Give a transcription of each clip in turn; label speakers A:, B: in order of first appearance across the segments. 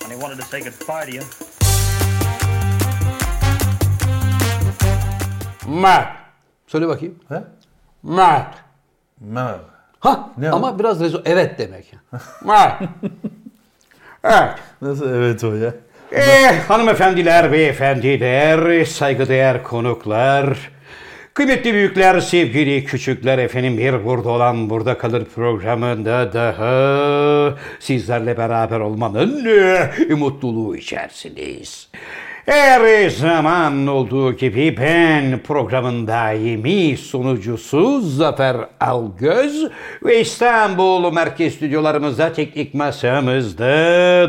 A: I could fight you.
B: Mert.
C: Söyle bakayım.
D: He?
B: Mert.
D: Mehmet.
C: Ha
D: Ne o?
C: ama biraz rezo evet demek.
B: Mert. Evet.
D: Nasıl evet o ya?
B: Eh, hanımefendiler, beyefendiler, saygıdeğer konuklar, kıymetli büyükler, sevgili küçükler efendim bir burada olan burada kalır programında daha sizlerle beraber olmanın eh, mutluluğu içerisindeyiz. Her zaman olduğu gibi ben programın daimi sunucusu Zafer Algöz ve İstanbul Merkez Stüdyolarımızda teknik masamızda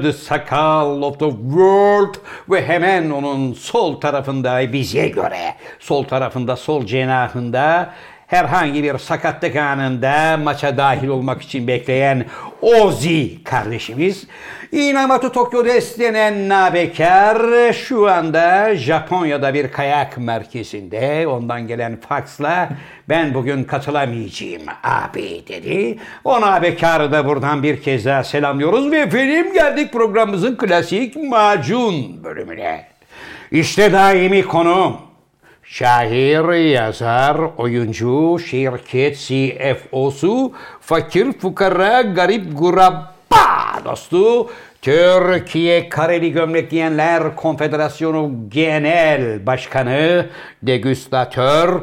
B: The Sakal of the World ve hemen onun sol tarafında bize göre sol tarafında sol cenahında herhangi bir sakatlık anında maça dahil olmak için bekleyen Ozi kardeşimiz. Inamatu Tokyo'da istenen nabekar şu anda Japonya'da bir kayak merkezinde ondan gelen faksla ben bugün katılamayacağım abi dedi. O nabekarı da buradan bir kez daha selamlıyoruz ve film geldik programımızın klasik macun bölümüne. İşte daimi konuğum. Şair, yazar, oyuncu, şirket CFO'su, fakir, fukara, garip, guraba dostu, Türkiye Kareli Gömlek Giyenler Konfederasyonu Genel Başkanı, degüstatör,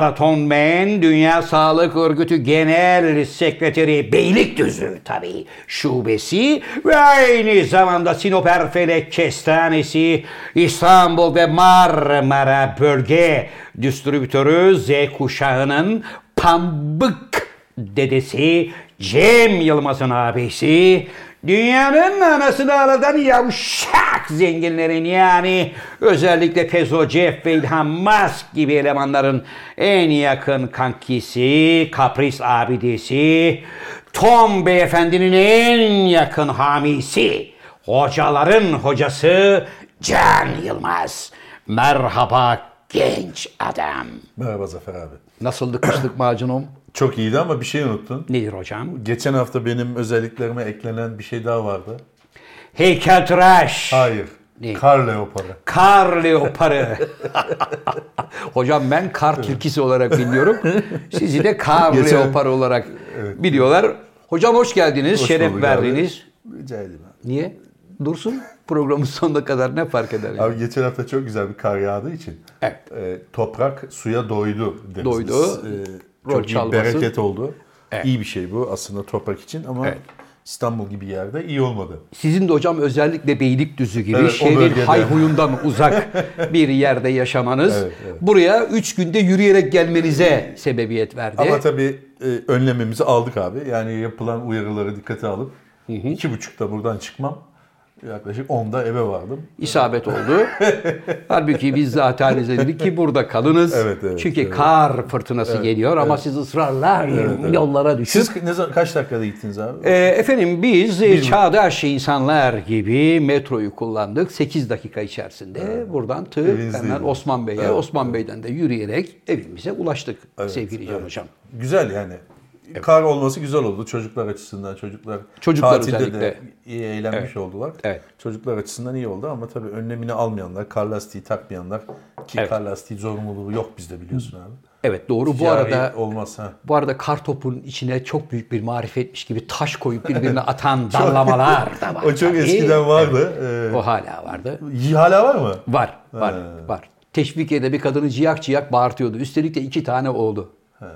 B: maratonmen, Dünya Sağlık Örgütü Genel Sekreteri Beylikdüzü tabii şubesi ve aynı zamanda Sinop Erfelek Kestanesi, İstanbul ve Marmara Bölge Distribütörü Z kuşağının pambık dedesi Cem Yılmaz'ın abisi Dünyanın anasını ağlatan yavşak zenginlerin yani özellikle Pezo, Jeff ve Elon Musk gibi elemanların en yakın kankisi, kapris abidesi, Tom beyefendinin en yakın hamisi, hocaların hocası Can Yılmaz. Merhaba genç adam.
D: Merhaba Zafer abi.
C: Nasıldı kışlık macunum?
D: Çok iyiydi ama bir şey unuttun.
B: Nedir hocam?
D: Geçen hafta benim özelliklerime eklenen bir şey daha vardı.
B: Heykeltıraş.
D: Hayır.
C: Ne?
D: Kar leoparı.
B: Kar leoparı.
C: Hocam ben kar tilkisi olarak biliyorum. Sizi de kar
D: Geçen-
C: leoparı olarak biliyorlar. Hocam hoş geldiniz,
D: Hoş
C: şeref
D: bulduk
C: verdiniz.
D: Abi. Rica ederim abi.
C: Niye? Dursun programın sonuna kadar ne fark eder? yani?
D: Abi geçen hafta çok güzel bir kar yağdığı için
C: Evet.
D: e, toprak suya doydu deriz
C: Doydu.
D: biz. E,
C: Rol
D: çok iyi
C: çalması.
D: bir bereket oldu.
C: Evet.
D: İyi bir şey bu aslında toprak için ama
C: Evet.
D: İstanbul gibi yerde iyi olmadı.
C: Sizin de hocam özellikle Beylikdüzü gibi
D: Evet, o
C: şehrin
D: bölgede.
C: hayhuyundan uzak bir yerde yaşamanız
D: Evet, evet.
C: buraya 3 günde yürüyerek gelmenize sebebiyet verdi.
D: Ama tabii e, önlemimizi aldık abi. Yani yapılan uyarıları dikkate alıp iki buçukta buradan çıkmam. Yaklaşık 10'da eve vardım.
C: İsabet oldu. Halbuki biz zaten dedik ki burada kalınız.
D: Evet, evet,
C: Çünkü
D: evet.
C: kar fırtınası geliyor ama siz ısrarla yollara düşüp
D: Siz ne zaman kaç dakikada gittiniz abi?
C: E, Efendim biz e, çağdaş insanlar gibi metroyu kullandık. 8 dakika içerisinde buradan tır
D: Evinizdeydi.
C: hemen Osman Bey'e,
D: Evet.
C: Osman Bey'den de yürüyerek evimize ulaştık sevgili Can Hocam.
D: Güzel yani. Kar olması güzel oldu çocuklar açısından. Çocuklar,
C: Çocuklar
D: tatilde de
C: özellikle.
D: iyi eğlenmiş oldular.
C: Evet.
D: Çocuklar açısından iyi oldu ama tabii önlemini almayanlar, kar lastiği takmayanlar ki
C: Evet.
D: kar lastiği zorunluluğu yok bizde biliyorsun abi.
C: Evet doğru bu
D: Cari
C: arada
D: olmaz ha.
C: bu arada kar topun içine çok büyük bir marifetmiş gibi taş koyup birbirine atan dallamalar da var.
D: O çok
C: tabii.
D: eskiden vardı. Ee,
C: O hala vardı.
D: iyi hala var mı?
C: Var, var,
D: He.
C: var. Teşvikiye'de bir kadını ciyak ciyak bağırtıyordu. Üstelik de iki tane oğlu.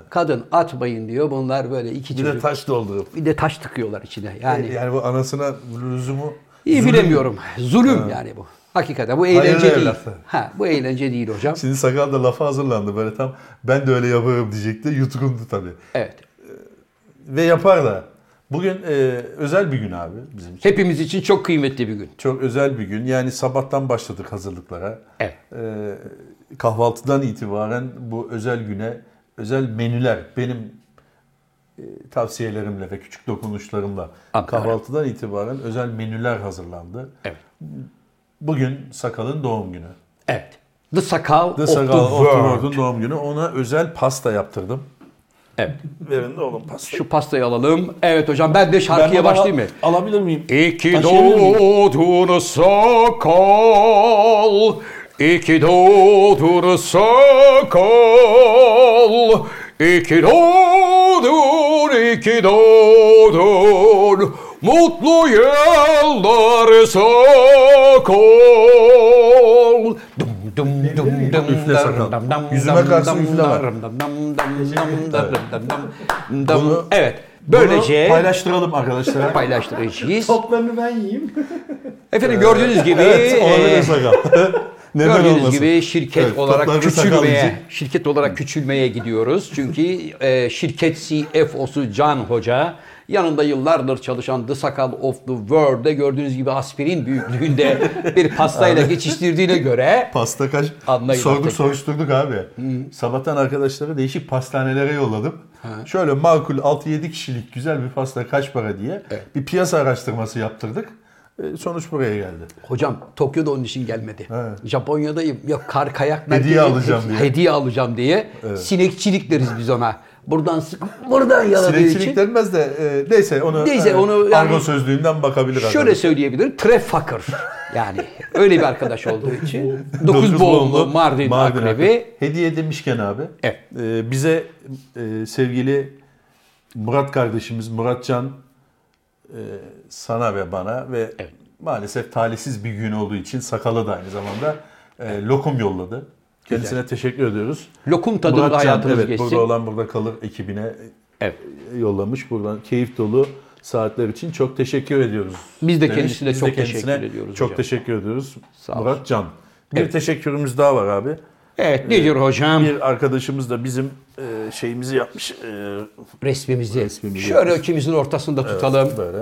C: Kadın atmayın diyor. Bunlar böyle iki
D: Bir de E,
C: çocuk.
D: taş doldurup.
C: Bir de taş tıkıyorlar içine. Yani
D: Yani bu anasına lüzumu
C: İyi bilemiyorum. Zulüm yani bu. Hakikaten bu eğlence
D: Hayırlı
C: değil.
D: evlat.
C: Ha, bu eğlence değil hocam.
D: Şimdi sakal da lafa hazırlandı böyle tam ben de öyle yaparım diyecekti. Yutkundu tabii.
C: Evet.
D: Ve yapar da. Bugün e, özel bir gün abi bizim için.
C: Hepimiz için çok kıymetli bir gün.
D: Çok özel bir gün. Yani sabahtan başladık hazırlıklara.
C: Evet.
D: E, kahvaltıdan itibaren bu özel güne özel menüler benim e, tavsiyelerimle ve küçük dokunuşlarımla
C: Anlıyorum.
D: kahvaltıdan itibaren özel menüler hazırlandı.
C: Evet.
D: Bugün sakalın doğum günü.
C: Evet. The Sakal
D: The
C: of
D: Sakal
C: the
D: of the
C: World.
D: World'un doğum günü. Ona özel pasta yaptırdım.
B: Evet.
A: Verin de oğlum pastayı.
B: Şu pastayı alalım. Evet hocam ben de şarkıya
A: baba-
B: başlayayım mı?
A: Alabilir miyim?
E: İki
A: Taşıyabilir miyim?
E: doğdun sakal, iki doğdun sakal, iki doğdun, iki doğdun, mutlu yıllar sakal. Dum dum dum dum
D: Üfle sakal.
E: dam dam
D: Yüzüme
E: dam
D: karşı
E: dam
D: üfleme.
E: dam dam dam dam dam dam dam dam.
D: Bunu-
E: Evet.
D: Bunu
E: Böylece
D: paylaştıralım arkadaşlar.
B: Paylaştıracağız.
F: Toplarını ben yiyeyim.
B: Efendim gördüğünüz gibi
D: Ee, evet,
B: e,
D: olabilir sakal. Neden
B: Gördüğünüz
D: olmasın?
B: gibi şirket
D: Evet,
B: olarak
D: toplarını sakal
B: küçülmeye,
D: yiyecek.
B: şirket olarak küçülmeye gidiyoruz. Çünkü e, şirket CFO'su Can Hoca yanında yıllardır çalışan The Sakal of the World'de gördüğünüz gibi aspirin büyüklüğünde bir pastayla geçiştirdiğine göre
D: Pasta kaç?
B: Anlayın
D: Sorduk
B: artık.
D: soruşturduk abi. Sabahtan arkadaşları değişik pastanelere yolladım. Şöyle makul 6-7 kişilik güzel bir pasta kaç para diye bir piyasa araştırması yaptırdık. Ee, Sonuç buraya geldi.
B: hocam Tokyo'da onun için gelmedi.
D: Evet.
B: Japonya'dayım. Yok kar kayak
D: Hediye alacağım diye.
B: Hediye alacağım diye. Sinekçilik deriz biz ona. Buradan sıkıp buradan yaladığı için.
D: Sinekçilik denmez de e, neyse onu,
B: Neyse,
D: e,
B: onu yani-
D: argo sözlüğünden bakabilir
B: Şöyle söyleyebilirim. Trefakır. Yani öyle bir arkadaş olduğu için. 9 boğumlu Mardin, akrebi.
D: Hediye demişken abi.
B: Evet.
D: e, bize e, sevgili Murat kardeşimiz Muratcan e, sana ve bana ve maalesef talihsiz bir gün olduğu için sakala da aynı zamanda e, lokum yolladı. Kendisine teşekkür ediyoruz.
B: Lokum tadında
D: Muratcan,
B: hayatınız
D: evet,
B: geçsin.
D: Burada olan burada kalır ekibine
B: Evet.
D: e, yollamış. Buradan keyif dolu saatler için çok teşekkür ediyoruz.
B: Biz de
D: demiş.
B: kendisine
D: Biz de
B: çok
D: kendisine
B: teşekkür ediyoruz
D: Çok
B: hocam.
D: teşekkür ediyoruz.
B: Sağ olsun.
D: Murat Can. Bir
B: Evet.
D: teşekkürümüz daha var abi.
B: Evet ne diyor hocam?
A: Bir arkadaşımız da bizim e, şeyimizi yapmış. e,
B: Resmimizi. Şöyle ikimizin ortasında tutalım.
D: Böyle.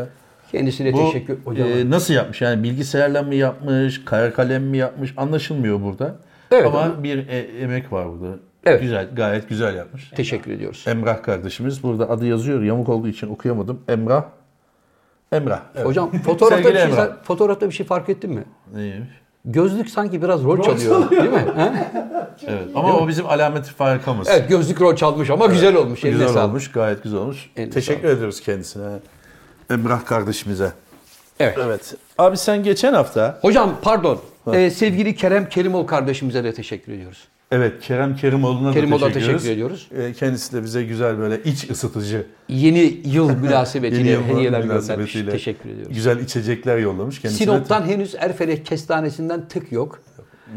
B: Kendisine
D: Bu,
B: teşekkür hocam.
D: e, nasıl yapmış? Yani bilgisayarla mı yapmış, kara kalem mi yapmış? Anlaşılmıyor burada.
B: Evet,
D: Ama
B: ama-
D: bir e, emek var burada.
B: Evet.
D: Güzel, gayet güzel yapmış.
B: teşekkür ediyoruz.
D: Emrah kardeşimiz. Burada adı yazıyor. Yamuk olduğu için okuyamadım. Emrah. Emrah. Evet.
B: Hocam fotoğrafta bir,
D: Sevgili
B: şey,
D: Emrah.
B: fotoğrafta bir şey fark ettin mi?
D: Neymiş?
B: Gözlük sanki biraz rol, çalıyor, değil mi? Ha?
D: Evet. Ama o bizim alameti farkamız.
B: Evet gözlük rol çalmış ama güzel olmuş. Eline
D: Güzel
B: sağlık.
D: olmuş, gayet güzel olmuş.
B: Eline
D: Teşekkür ediyoruz kendisine. Emrah kardeşimize.
B: Evet.
D: Evet. Abi sen geçen hafta
B: Hocam pardon. Ee, sevgili Kerem Kerimol kardeşimize de teşekkür ediyoruz.
D: Evet, Kerem Kerimoğlu'na
B: Kerimoğlu'na
D: da teşekkür,
B: teşekkür ediyoruz.
D: Ee, Kendisi de bize güzel böyle iç ısıtıcı
B: Yeni yıl münasebetiyle
D: yılın
B: hediyeler göndermiş.
D: münasebetiyle
B: Teşekkür ediyoruz.
D: Güzel içecekler yollamış kendisine.
B: Sinop'tan henüz Erfelek Kestanesi'nden tık yok.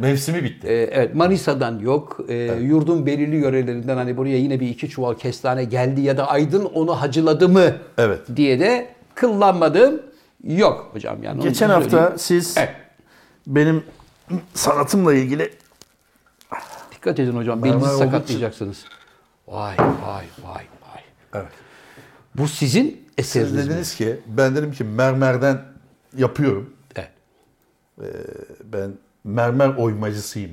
D: mevsimi bitti.
B: Ee, evet Manisa'dan yok. Ee, Yurdun belirli yörelerinden hani buraya yine bir iki çuval kestane geldi ya da Aydın onu hacıladı mı
D: Evet.
B: diye de kıllanmadım. Yok hocam yani. onu
A: geçen
B: söyleyeyim.
A: hafta siz
B: Evet.
A: benim sanatımla ilgili
B: Dikkat edin hocam belinizi
D: olduğu için-
B: sakatlayacaksınız. Vay vay vay vay.
D: Evet.
B: Bu sizin
D: Siz
B: eseriniz mi?
D: dediniz ki ben dedim ki mermerden yapıyorum.
B: Evet.
D: Ben mermer oymacısıyım.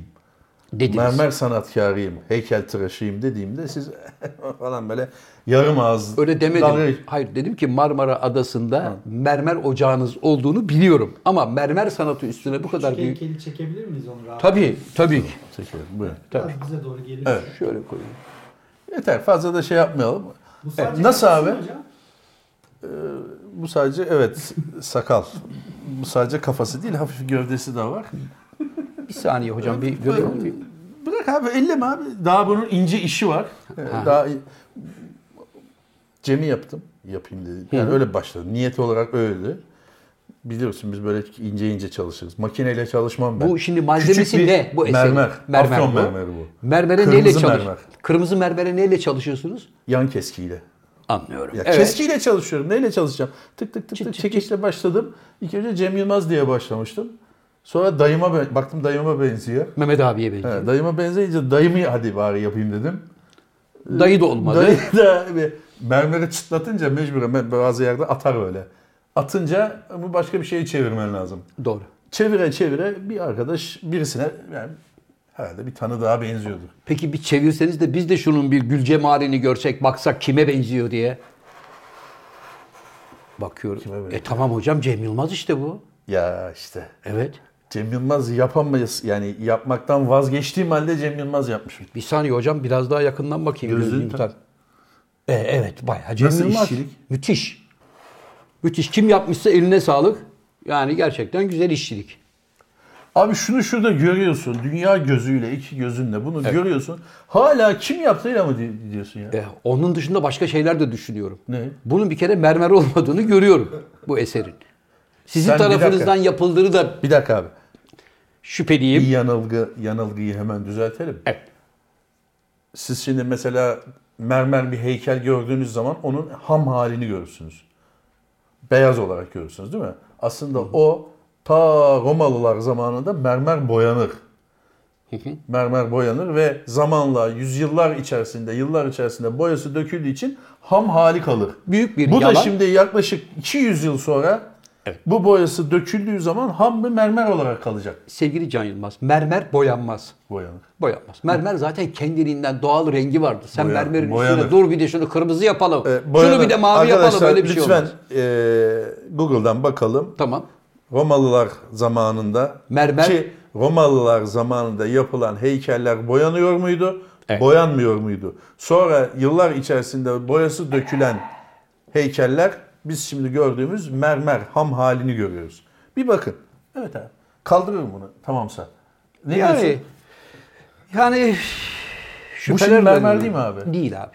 B: Dediniz.
D: Mermer sanatkarıyım, heykeltıraşıyım dediğimde siz falan böyle yarım ağız
B: Öyle demedim.
D: dalga-
B: Hayır dedim ki Marmara Adası'nda mermer ocağınız olduğunu biliyorum. Ama mermer sanatı üstüne bu kadar büyük.
F: Heykeli çekebilir miyiz onu rahat?
B: Tabii tabii. ki.
D: Teşekkür ederim, buyurun.
B: Tabii.
F: Biraz Bize doğru gelir.
B: Şöyle koyayım.
D: Yeter fazla da şey yapmayalım.
F: Bu sadece
D: Nasıl
F: kafası
D: abi?
F: mı hocam?
D: Bu sadece evet sakal. Bu sadece kafası değil hafif gövdesi de var.
B: Bir saniye hocam bir görebilir miyim?
D: Bırak abi elleme abi. Daha bunun ince işi var. Ee, Daha Cem'i yaptım. Yapayım dedim. Yani öyle başladı. Niyet olarak öyleydi. Biliyorsun biz böyle ince ince çalışırız. Makineyle çalışmam ben.
B: Bu şimdi malzemesi
D: Küçük bir
B: ne bu eserin?
D: Mermer.
B: Mermer
D: Afyon
B: bu.
D: mermeri bu.
B: Mermere
D: Kırmızı
B: neyle çalış?
D: mermer.
B: Kırmızı mermere neyle çalışıyorsunuz?
D: Yan keskiyle.
B: Anlıyorum.
D: Ya
B: evet.
D: Keskiyle çalışıyorum. Neyle çalışacağım? Tık tık tık tık çekişle başladım. İlk önce Cem Yılmaz diye başlamıştım. Sonra dayıma ben- baktım dayıma benziyor.
B: Mehmet abiye benziyor.
D: He, dayıma benzeyince dayımı hadi bari yapayım dedim.
B: Dayı da olmadı.
D: Dayı da bir mermeri çıtlatınca mecburen ben bazı yerde atar öyle. Atınca bu başka bir şeye çevirmen lazım.
B: Doğru.
D: Çevire çevire bir arkadaş birisine yani herhalde bir tanı daha benziyordu.
B: Peki bir çevirseniz de biz de şunun bir Gülcem halini görsek baksak kime benziyor diye. Bakıyorum.
D: benziyor?
B: E tamam hocam Cem Yılmaz işte bu.
D: Ya işte
B: Evet.
D: Cem Yılmaz yapamayız yani yapmaktan vazgeçtiğim halde Cem Yılmaz yapmış.
B: Bir saniye hocam biraz daha yakından bakayım.
D: Gözlüğü
B: gözlüğümden.
D: tak.
B: E, evet bayağı Cem
D: Nasıl
B: Yılmaz.
D: işçilik?
B: Müthiş. Müthiş. Kim yapmışsa eline sağlık. Yani gerçekten güzel işçilik.
D: Abi şunu şurada görüyorsun. Dünya gözüyle, iki gözünle bunu görüyorsun. Hala kim yaptığıyla mı di- diyorsun ya?
B: E, onun dışında başka şeyler de düşünüyorum.
D: Ne?
B: Bunun bir kere mermer olmadığını görüyorum bu eserin. Sizin
D: Sen bir dakika.
B: tarafınızdan yapıldığını da
D: Bir dakika abi.
B: şüpheliyim.
D: Bir yanılgı, yanılgıyı hemen düzeltelim.
B: Evet.
D: Siz şimdi mesela mermer bir heykel gördüğünüz zaman onun ham halini görürsünüz. Beyaz olarak görürsünüz değil mi? Aslında o ta Romalılar zamanında mermer boyanır. mermer boyanır ve zamanla yüzyıllar içerisinde, yıllar içerisinde boyası döküldüğü için ham hali kalır.
B: Büyük bir
D: Bu
B: yalan.
D: da şimdi yaklaşık 200 yıl sonra
B: Evet.
D: bu boyası döküldüğü zaman ham bir mermer olarak kalacak
B: Sevgili Can Yılmaz, mermer boyanmaz.
D: boyanır.
B: Boyanmaz. Mermer zaten kendiliğinden doğal rengi vardı. Sen
D: Boyanır,
B: mermerin
D: boyanır.
B: üstüne dur bir de şunu kırmızı yapalım.
D: Ee,
B: şunu
D: boyanır.
B: bir de mavi yapalım.
D: Arkadaşlar,
B: Böyle bir şey
D: lütfen,
B: olmaz.
D: e, Google'dan bakalım.
B: Tamam.
D: Romalılar zamanında
B: Mermer-
D: ki Romalılar zamanında yapılan heykeller boyanıyor muydu?
B: Evet.
D: Boyanmıyor muydu? Sonra yıllar içerisinde boyası dökülen heykeller biz şimdi gördüğümüz mermer ham halini görüyoruz. Bir bakın. Evet abi. Kaldırıyorum bunu. Tamamsa. Ne
B: Yani
D: diyorsun?
B: yani
D: Bu
B: şüpheler
D: şimdi mermer
B: dönüyor.
D: değil mi abi?
B: Değil abi.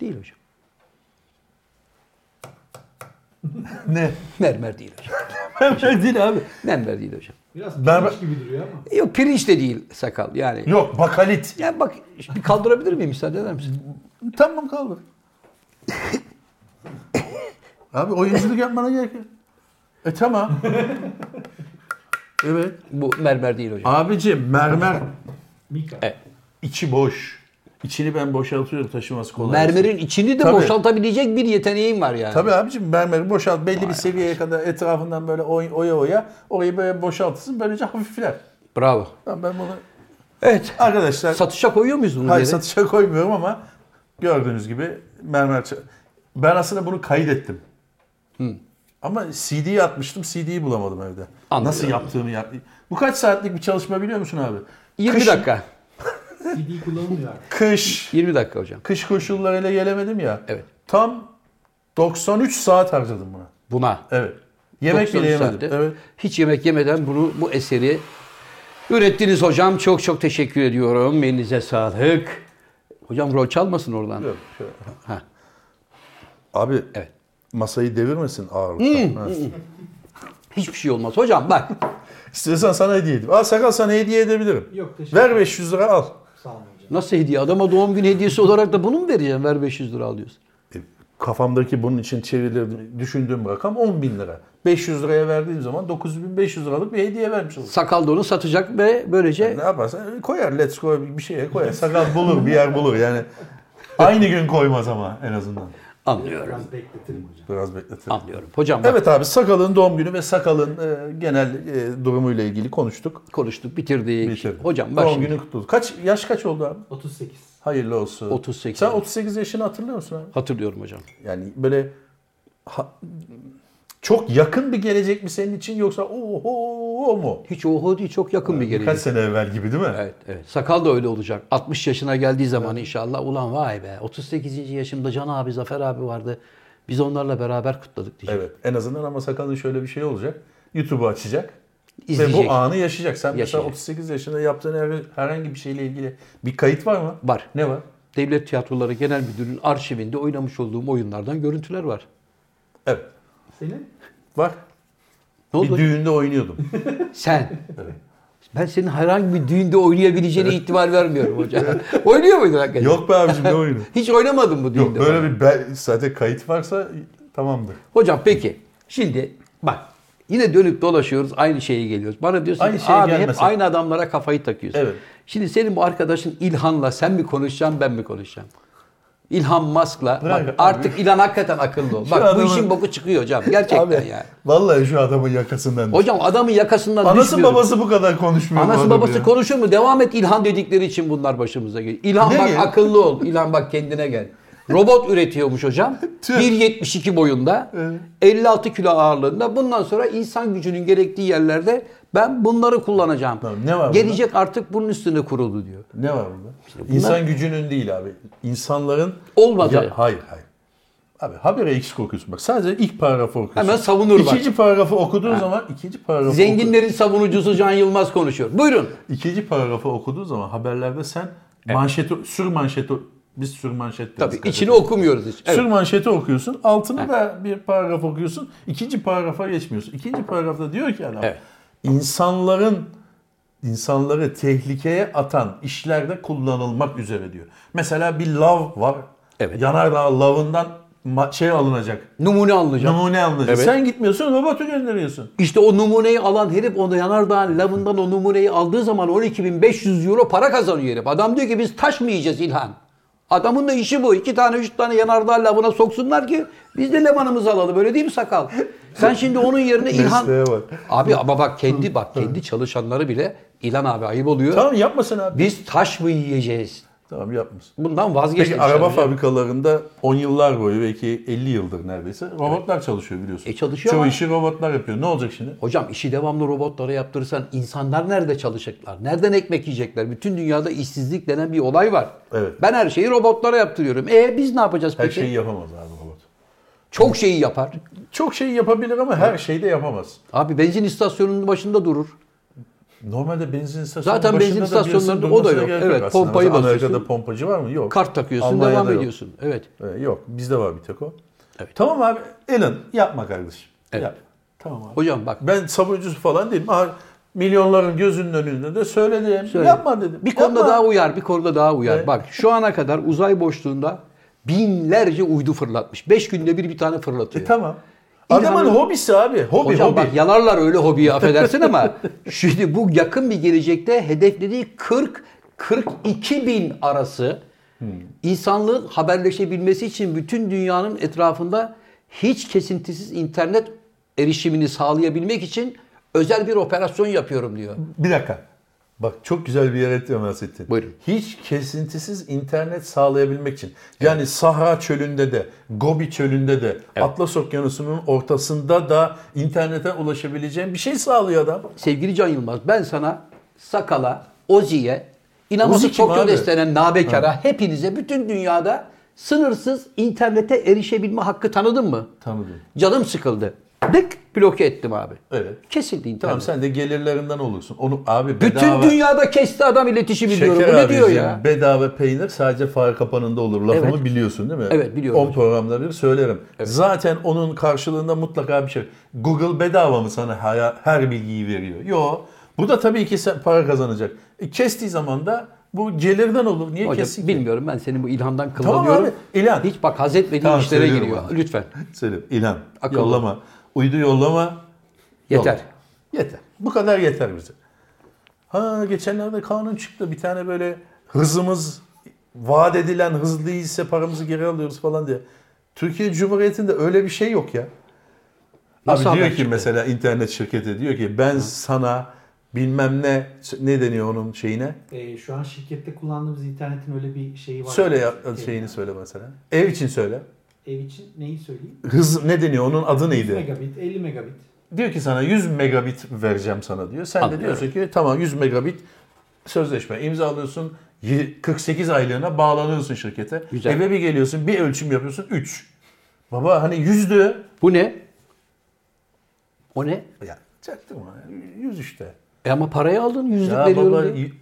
B: Değil hocam.
D: Ne?
B: Mermer değil hocam.
D: mermer değil abi.
B: Mermer değil hocam.
F: Biraz
D: Ben-
F: pirinç gibi duruyor ama.
B: Yok pirinç de değil sakal yani.
D: Yok bakalit.
B: Ya bak bir kaldırabilir miyim müsaade eder misin?
D: Tamam kaldır. Abi oyunculuk yapmana gerek yok. E tamam. evet.
B: Bu mermer değil hocam.
D: Abici mermer
F: Mika.
D: E.
B: Evet.
D: içi boş. İçini ben boşaltıyorum taşıması kolay.
B: Mermerin içini de
D: Tabii.
B: boşaltabici bir yeteneğim var yani.
D: Tabii abicim mermeri boşalt belli bir seviyeye kadar etrafından böyle oy, oya oya orayı böyle boşaltırsın böylece hafifler.
B: Bravo.
D: Ben, ben bunu
B: Evet.
D: arkadaşlar
B: Satışa koyuyor muyuz bunu?
D: hayır
B: geri?
D: satışa koymuyorum ama gördüğünüz gibi mermer ça- ben aslında bunu kaydettim. Ama CD'yi atmıştım, CD'yi bulamadım evde.
B: Anlıyorum.
D: Nasıl yaptığımı yap. Bu kaç saatlik bir çalışma biliyor musun abi?
B: 20
D: Kış-
B: dakika.
F: CD kullanılmıyor artık.
D: Kış
B: 20 dakika hocam.
D: kış koşullarıyla gelemedim ya.
B: Evet.
D: Tam 93 saat harcadım buna.
B: Buna.
D: Evet. Yemek bile
B: 93
D: yemedim.
B: saatte.
D: Evet.
B: Hiç yemek yemeden bunu bu eseri ürettiniz hocam. Çok çok teşekkür ediyorum. Elinize sağlık. Hocam rol çalmasın oradan.
D: Yok, şöyle.
B: Ha.
D: Abi
B: Evet.
D: masayı devirmesin ağırlıkta. Ha.
B: Hiçbir şey olmaz. Hocam bak.
D: İstiyorsan sana hediye edeyim. Al sakal sana hediye edebilirim.
F: Yok, teşekkür
D: Ver
F: ederim.
D: 500 lira al.
F: Sağ olun hocam.
B: Nasıl hediye? Adama doğum günü hediyesi olarak da bunu mu vereceğim? Ver 500 lira alıyorsun.
D: E, kafamdaki bunun için çevirilir düşündüğüm rakam 10 bin lira. 500 liraya verdiğim zaman 9500 liralık bir hediye vermiş olur.
B: Sakal da onu satacak ve böylece
D: Ne yaparsan e, koyar let's go bir şeye koyar. Sakal bulur bir yer bulur yani. Aynı gün koymaz ama en azından.
B: anlıyorum.
F: Biraz bekletirim hocam.
D: Biraz bekletelim.
B: Anlıyorum. Hocam bak,
D: Evet abi sakalın doğum günü ve sakalın e, genel e, durumuyla ilgili konuştuk.
B: konuştuk, bitirdik.
D: Bitirdim.
B: Hocam bak
D: Doğum
B: şimdi.
D: günü kutlu olsun. Kaç, yaş kaç oldu abi?
F: 38.
D: Hayırlı olsun.
B: 38.
D: Sen 38 yaşını hatırlıyor musun abi?
B: Hatırlıyorum hocam.
D: Yani böyle ha- çok yakın bir gelecek mi senin için yoksa oho mu?
B: Hiç o hodi çok yakın bir gelecek.
D: Kaç sene evvel gibi değil mi?
B: Evet, evet. Sakal da öyle olacak. 60 yaşına geldiği zaman inşallah ulan vay be 38. yaşımda Can abi, Zafer abi vardı. Biz onlarla beraber kutladık diyecek.
D: Evet. En azından ama sakalın şöyle bir şey olacak. YouTube'u açacak. Ve
B: İzleyecek.
D: bu anı yaşayacak. Sen mesela
B: Yaşayacak.
D: 38 yaşında yaptığın her- herhangi bir şeyle ilgili bir kayıt var mı?
B: Var.
D: Ne var?
B: Devlet Tiyatroları Genel Müdürü'nün arşivinde oynamış olduğum oyunlardan görüntüler var.
D: Evet.
F: Senin?
D: Var.
B: Ne
D: bir
B: oldu?
D: düğünde oynuyordum.
B: Sen. Ben senin herhangi bir düğünde oynayabileceğine ihtimal vermiyorum hocam. Oynuyor muydun hakikaten?
D: Yok be abicim ne oyunu?
B: Hiç oynamadın bu düğünde.
D: Yok böyle bir be- zaten kayıt varsa tamamdır.
B: Hocam peki şimdi bak yine dönüp dolaşıyoruz aynı şeye geliyoruz. Bana diyorsun
D: Aynı
B: ki
D: şeye
B: abi hep
D: gelmesek."
B: aynı adamlara kafayı takıyorsun.
D: Evet.
B: Şimdi senin bu arkadaşın İlhan'la sen mi konuşacaksın ben mi konuşacağım? İlhan Musk'la
D: Bırak
B: bak
D: abi.
B: artık İlhan hakikaten akıllı ol.
D: Şu
B: Bak
D: adamı-
B: bu işin boku çıkıyor hocam gerçekten yani.
D: Vallahi şu adamın yakasından.
B: Hocam adamın yakasından
D: Anası
B: düşmüyorum.
D: babası bu kadar konuşmuyor. bu
B: Anası
D: adam
B: babası
D: ya.
B: konuşur mu? Devam et İlhan dedikleri için bunlar başımıza geliyor. İlhan
D: Ne
B: bak
D: ya?
B: akıllı ol. İlhan bak kendine gel. Robot üretiyormuş hocam.
D: Tüh.
B: 1.72 boyunda. 56 kilo ağırlığında. Bundan sonra insan gücünün gerektiği yerlerde Ben bunları kullanacağım.
D: Tamam, ne var bunda?
B: Gelecek artık bunun üstüne kuruldu diyor.
D: Ne var bunda? İnsan gücünün değil abi. İnsanların...
B: Olmadı.
D: Ya- hayır hayır. Abi habere eksik okuyorsun. Bak sadece ilk paragrafı okuyorsun.
B: Hemen savunur bak.
D: İkinci paragrafı okuduğun zaman ikinci paragrafı oku-
B: Zenginlerin savunucusu Can Yılmaz konuşuyor. Buyurun.
D: ikinci paragrafı okuduğun zaman haberlerde sen manşeti sür manşeti biz sür manşet deriz
B: Tabii
D: kardeşim.
B: içini okumuyoruz hiç. Evet.
D: Sür manşeti okuyorsun. Altına da bir paragraf okuyorsun. ikinci paragrafa geçmiyorsun. İkinci paragrafta diyor ki adam
B: Evet.
D: insanların insanları tehlikeye atan işlerde kullanılmak üzere diyor. Mesela bir lav var.
B: Evet.
D: Yanardağ lavından ma- şey alınacak.
B: Numune alınacak.
D: Numune alınacak.
B: Evet.
D: Sen gitmiyorsun robotu gönderiyorsun.
B: İşte o numuneyi alan herif onu yanardağın lavından o numuneyi aldığı zaman 12.500 euro para kazanıyor herif. Adam diyor ki biz taş mı yiyeceğiz İlhan? Adamın da işi bu. İki tane üç tane yanardağ lavına soksunlar ki biz de lemanımızı alalım. Öyle değil mi sakal? Sen şimdi onun yerine İlhan...
D: Mesleğe bak.
B: Abi ama bak kendi bak kendi çalışanları bile İlhan abi ayıp oluyor.
D: Tamam yapmasın abi.
B: Biz taş mı yiyeceğiz?
D: Tamam yapmasın.
B: Bundan
D: Peki
B: vazgeçtik.
D: araba
B: sanırım.
D: fabrikalarında 10 yıllar boyu belki 50 yıldır neredeyse robotlar çalışıyor biliyorsun.
B: E, çalışıyor
D: Çoğu
B: ama-
D: işi robotlar yapıyor. Ne olacak şimdi?
B: Hocam işi devamlı robotlara yaptırırsan insanlar nerede çalışacaklar? Nereden ekmek yiyecekler? Bütün dünyada işsizlik denen bir olay var.
D: Evet.
B: Ben her şeyi robotlara yaptırıyorum. E biz ne yapacağız
D: Her
B: peki?
D: şeyi yapamaz abi robot.
B: Çok şeyi yapar.
D: Çok şeyi yapabilir ama her şeyi de yapamaz.
B: Abi benzin istasyonunun başında durur.
D: Normalde benzin istasyonu
B: Zaten
D: başında
B: benzin
D: da
B: istasyonlarında
D: birisinin
B: o da
D: durmasına
B: yok.
D: gerek yok
B: Evet,
D: aslında.
B: pompayı
D: Mesela
B: basıyorsun.
D: Amerika'da pompacı var mı? Yok.
B: Kart takıyorsun,
D: Almanya'da
B: devam
D: yok.
B: ediyorsun. Evet.
D: Ee, yok bizde var bir tek o. Tamam abi Elon yapma kardeşim.
B: Evet.
D: Yap. Tamam abi.
B: Hocam bak.
D: Ben savunucusu falan değilim. Aha, milyonların gözünün önünde de söyledim.
B: Söyle.
D: Yapma dedim.
B: Bir konuda
D: Yapma.
B: daha uyar, bir konuda daha uyar.
D: Evet.
B: Bak şu ana kadar uzay boşluğunda binlerce uydu fırlatmış. Beş günde bir bir tane fırlatıyor.
D: E, tamam.
B: İlhan'ın-
D: Adamın hobisi abi. Hobi
B: Hocam
D: hobi.
B: bak yalarlar öyle hobiyi affedersin ama şimdi bu yakın bir gelecekte hedeflediği 40 42 bin arası
D: Hmm.
B: insanlığın haberleşebilmesi için bütün dünyanın etrafında hiç kesintisiz internet erişimini sağlayabilmek için özel bir operasyon yapıyorum diyor.
D: Bir dakika. Bak çok güzel bir yere temas ettin.
B: Buyurun.
D: Hiç kesintisiz internet sağlayabilmek için. Yani Sahra çölünde de, Gobi çölünde de, Atlas okyanusunun ortasında da internete ulaşabileceğin bir şey sağlıyor adam.
B: Sevgili Can Yılmaz ben sana Sakala, Ozi'ye, inanması
D: Ozi kim
B: Tokyo'da
D: abi?
B: istenen nabekara hepinize bütün dünyada sınırsız internete erişebilme hakkı tanıdın mı?
D: Tanıdım.
B: Canım sıkıldı. Dık bloke ettim abi.
D: Evet.
B: Kesildi internet.
D: Tamam sen de gelirlerinden olursun. Onu abi
B: Bütün
D: bedava.
B: dünyada kesti adam iletişimi diyorum.
D: Şeker
B: Bu ne diyor
D: abicim,
B: ya?
D: bedava peynir sadece fare kapanında olur. Lafımı
B: Evet.
D: biliyorsun değil mi?
B: Evet, biliyorum
D: 10
B: hocam.
D: programda bir söylerim. Zaten onun karşılığında mutlaka bir şey. Google bedava mı sana her, her bilgiyi veriyor? Yo. Bu da tabii ki sen para kazanacak. E, kestiği zaman da bu gelirden olur. Niye
B: Hocam
D: kessin ki?
B: bilmiyorum ben senin bu ilhamdan
D: Tamam
B: kıllanıyorum.
D: abi, ilham.
B: Hiç bak haz etmediğin
D: Tamam,
B: işlere
D: söylüyorum
B: giriyor.
D: abi.
B: Lütfen.
D: Selim, İlhan.
B: Akıllı.
D: Yollama. Uydu yollama.
B: Yeter.
D: Yollama. Yeter. Bu kadar yeter bize. Ha geçenlerde kanun çıktı. Bir tane böyle hızımız vaat edilen hız değilse paramızı geri alıyoruz falan diye. Türkiye Cumhuriyeti'nde öyle bir şey yok ya.
B: Nasıl
D: Abi diyor
B: haber
D: ki
B: çıktı?
D: mesela internet şirketi diyor ki ben sana bilmem ne ne deniyor onun şeyine?
F: Ee, şu an şirkette kullandığımız internetin öyle bir şeyi var.
D: Söyle ya, e,
F: Evet.
D: şeyini söyle mesela. Ev için söyle.
F: E, Ev için neyi söyleyeyim?
D: Hız ne deniyor onun adı
F: 100
D: neydi?
F: megabit, 50 megabit.
D: Diyor ki sana 100 megabit vereceğim sana diyor. Sen de
B: Anlıyorum.
D: diyorsun ki tamam 100 megabit sözleşme imzalıyorsun. Ye- 48 aylığına bağlanıyorsun şirkete.
B: Güzel.
D: Eve bir geliyorsun bir ölçüm yapıyorsun 3. Baba hani yüzdü.
B: Bu ne? O ne?
D: Ya çaktım ha 100 işte.
B: E ama parayı aldın yüzlük
D: Ya
B: veriyorum
D: baba,
B: diye.
D: y-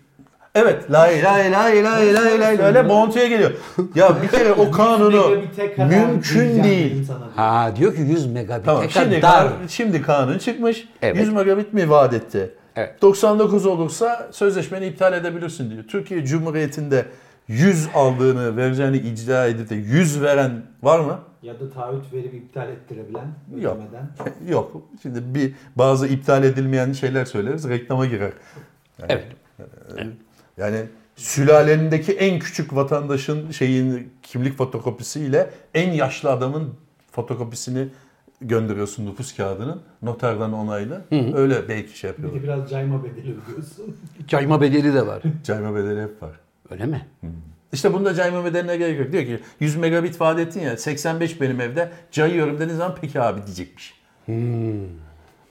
D: Evet la ilahe la ilahe la ilahe öyle boğuntuya geliyor. Ya bir kere o kanunu
F: Megabit'e kadar
D: mümkün
F: diyeceğim
D: değil.
F: dedim sana diyor.
B: Ha diyor ki 100 megabit.
D: Tamam
B: ne kadar
D: şimdi,
B: dar.
D: kan- şimdi kanun çıkmış.
B: Evet.
D: 100 megabit mi vaat etti?
B: Evet.
D: 99 olursa sözleşmeni iptal edebilirsin diyor. Türkiye Cumhuriyeti'nde 100 aldığını vereceğini icra edip de 100 veren var mı?
F: Ya da taahhüt verip iptal ettirebilen,
D: Yok.
F: ödemeden.
D: Yok. Şimdi bir bazı iptal edilmeyen şeyler söyleriz reklama girer.
B: Evet.
D: Yani sülalenindeki en küçük vatandaşın şeyin kimlik fotokopisiyle en yaşlı adamın fotokopisini gönderiyorsun nüfus kağıdının noterden onaylı. Öyle belki şey
F: Bir
D: yapıyorlar.
F: de biraz cayma bedeli ödüyorsun.
B: Cayma bedeli de var.
D: Cayma bedeli hep var.
B: Öyle mi?
D: İşte bunda cayma bedeline gerek yok. Diyor ki 100 megabit vaat Hmm. ettin ya 85 benim evde cayıyorum dediğin zaman peki abi diyecekmiş.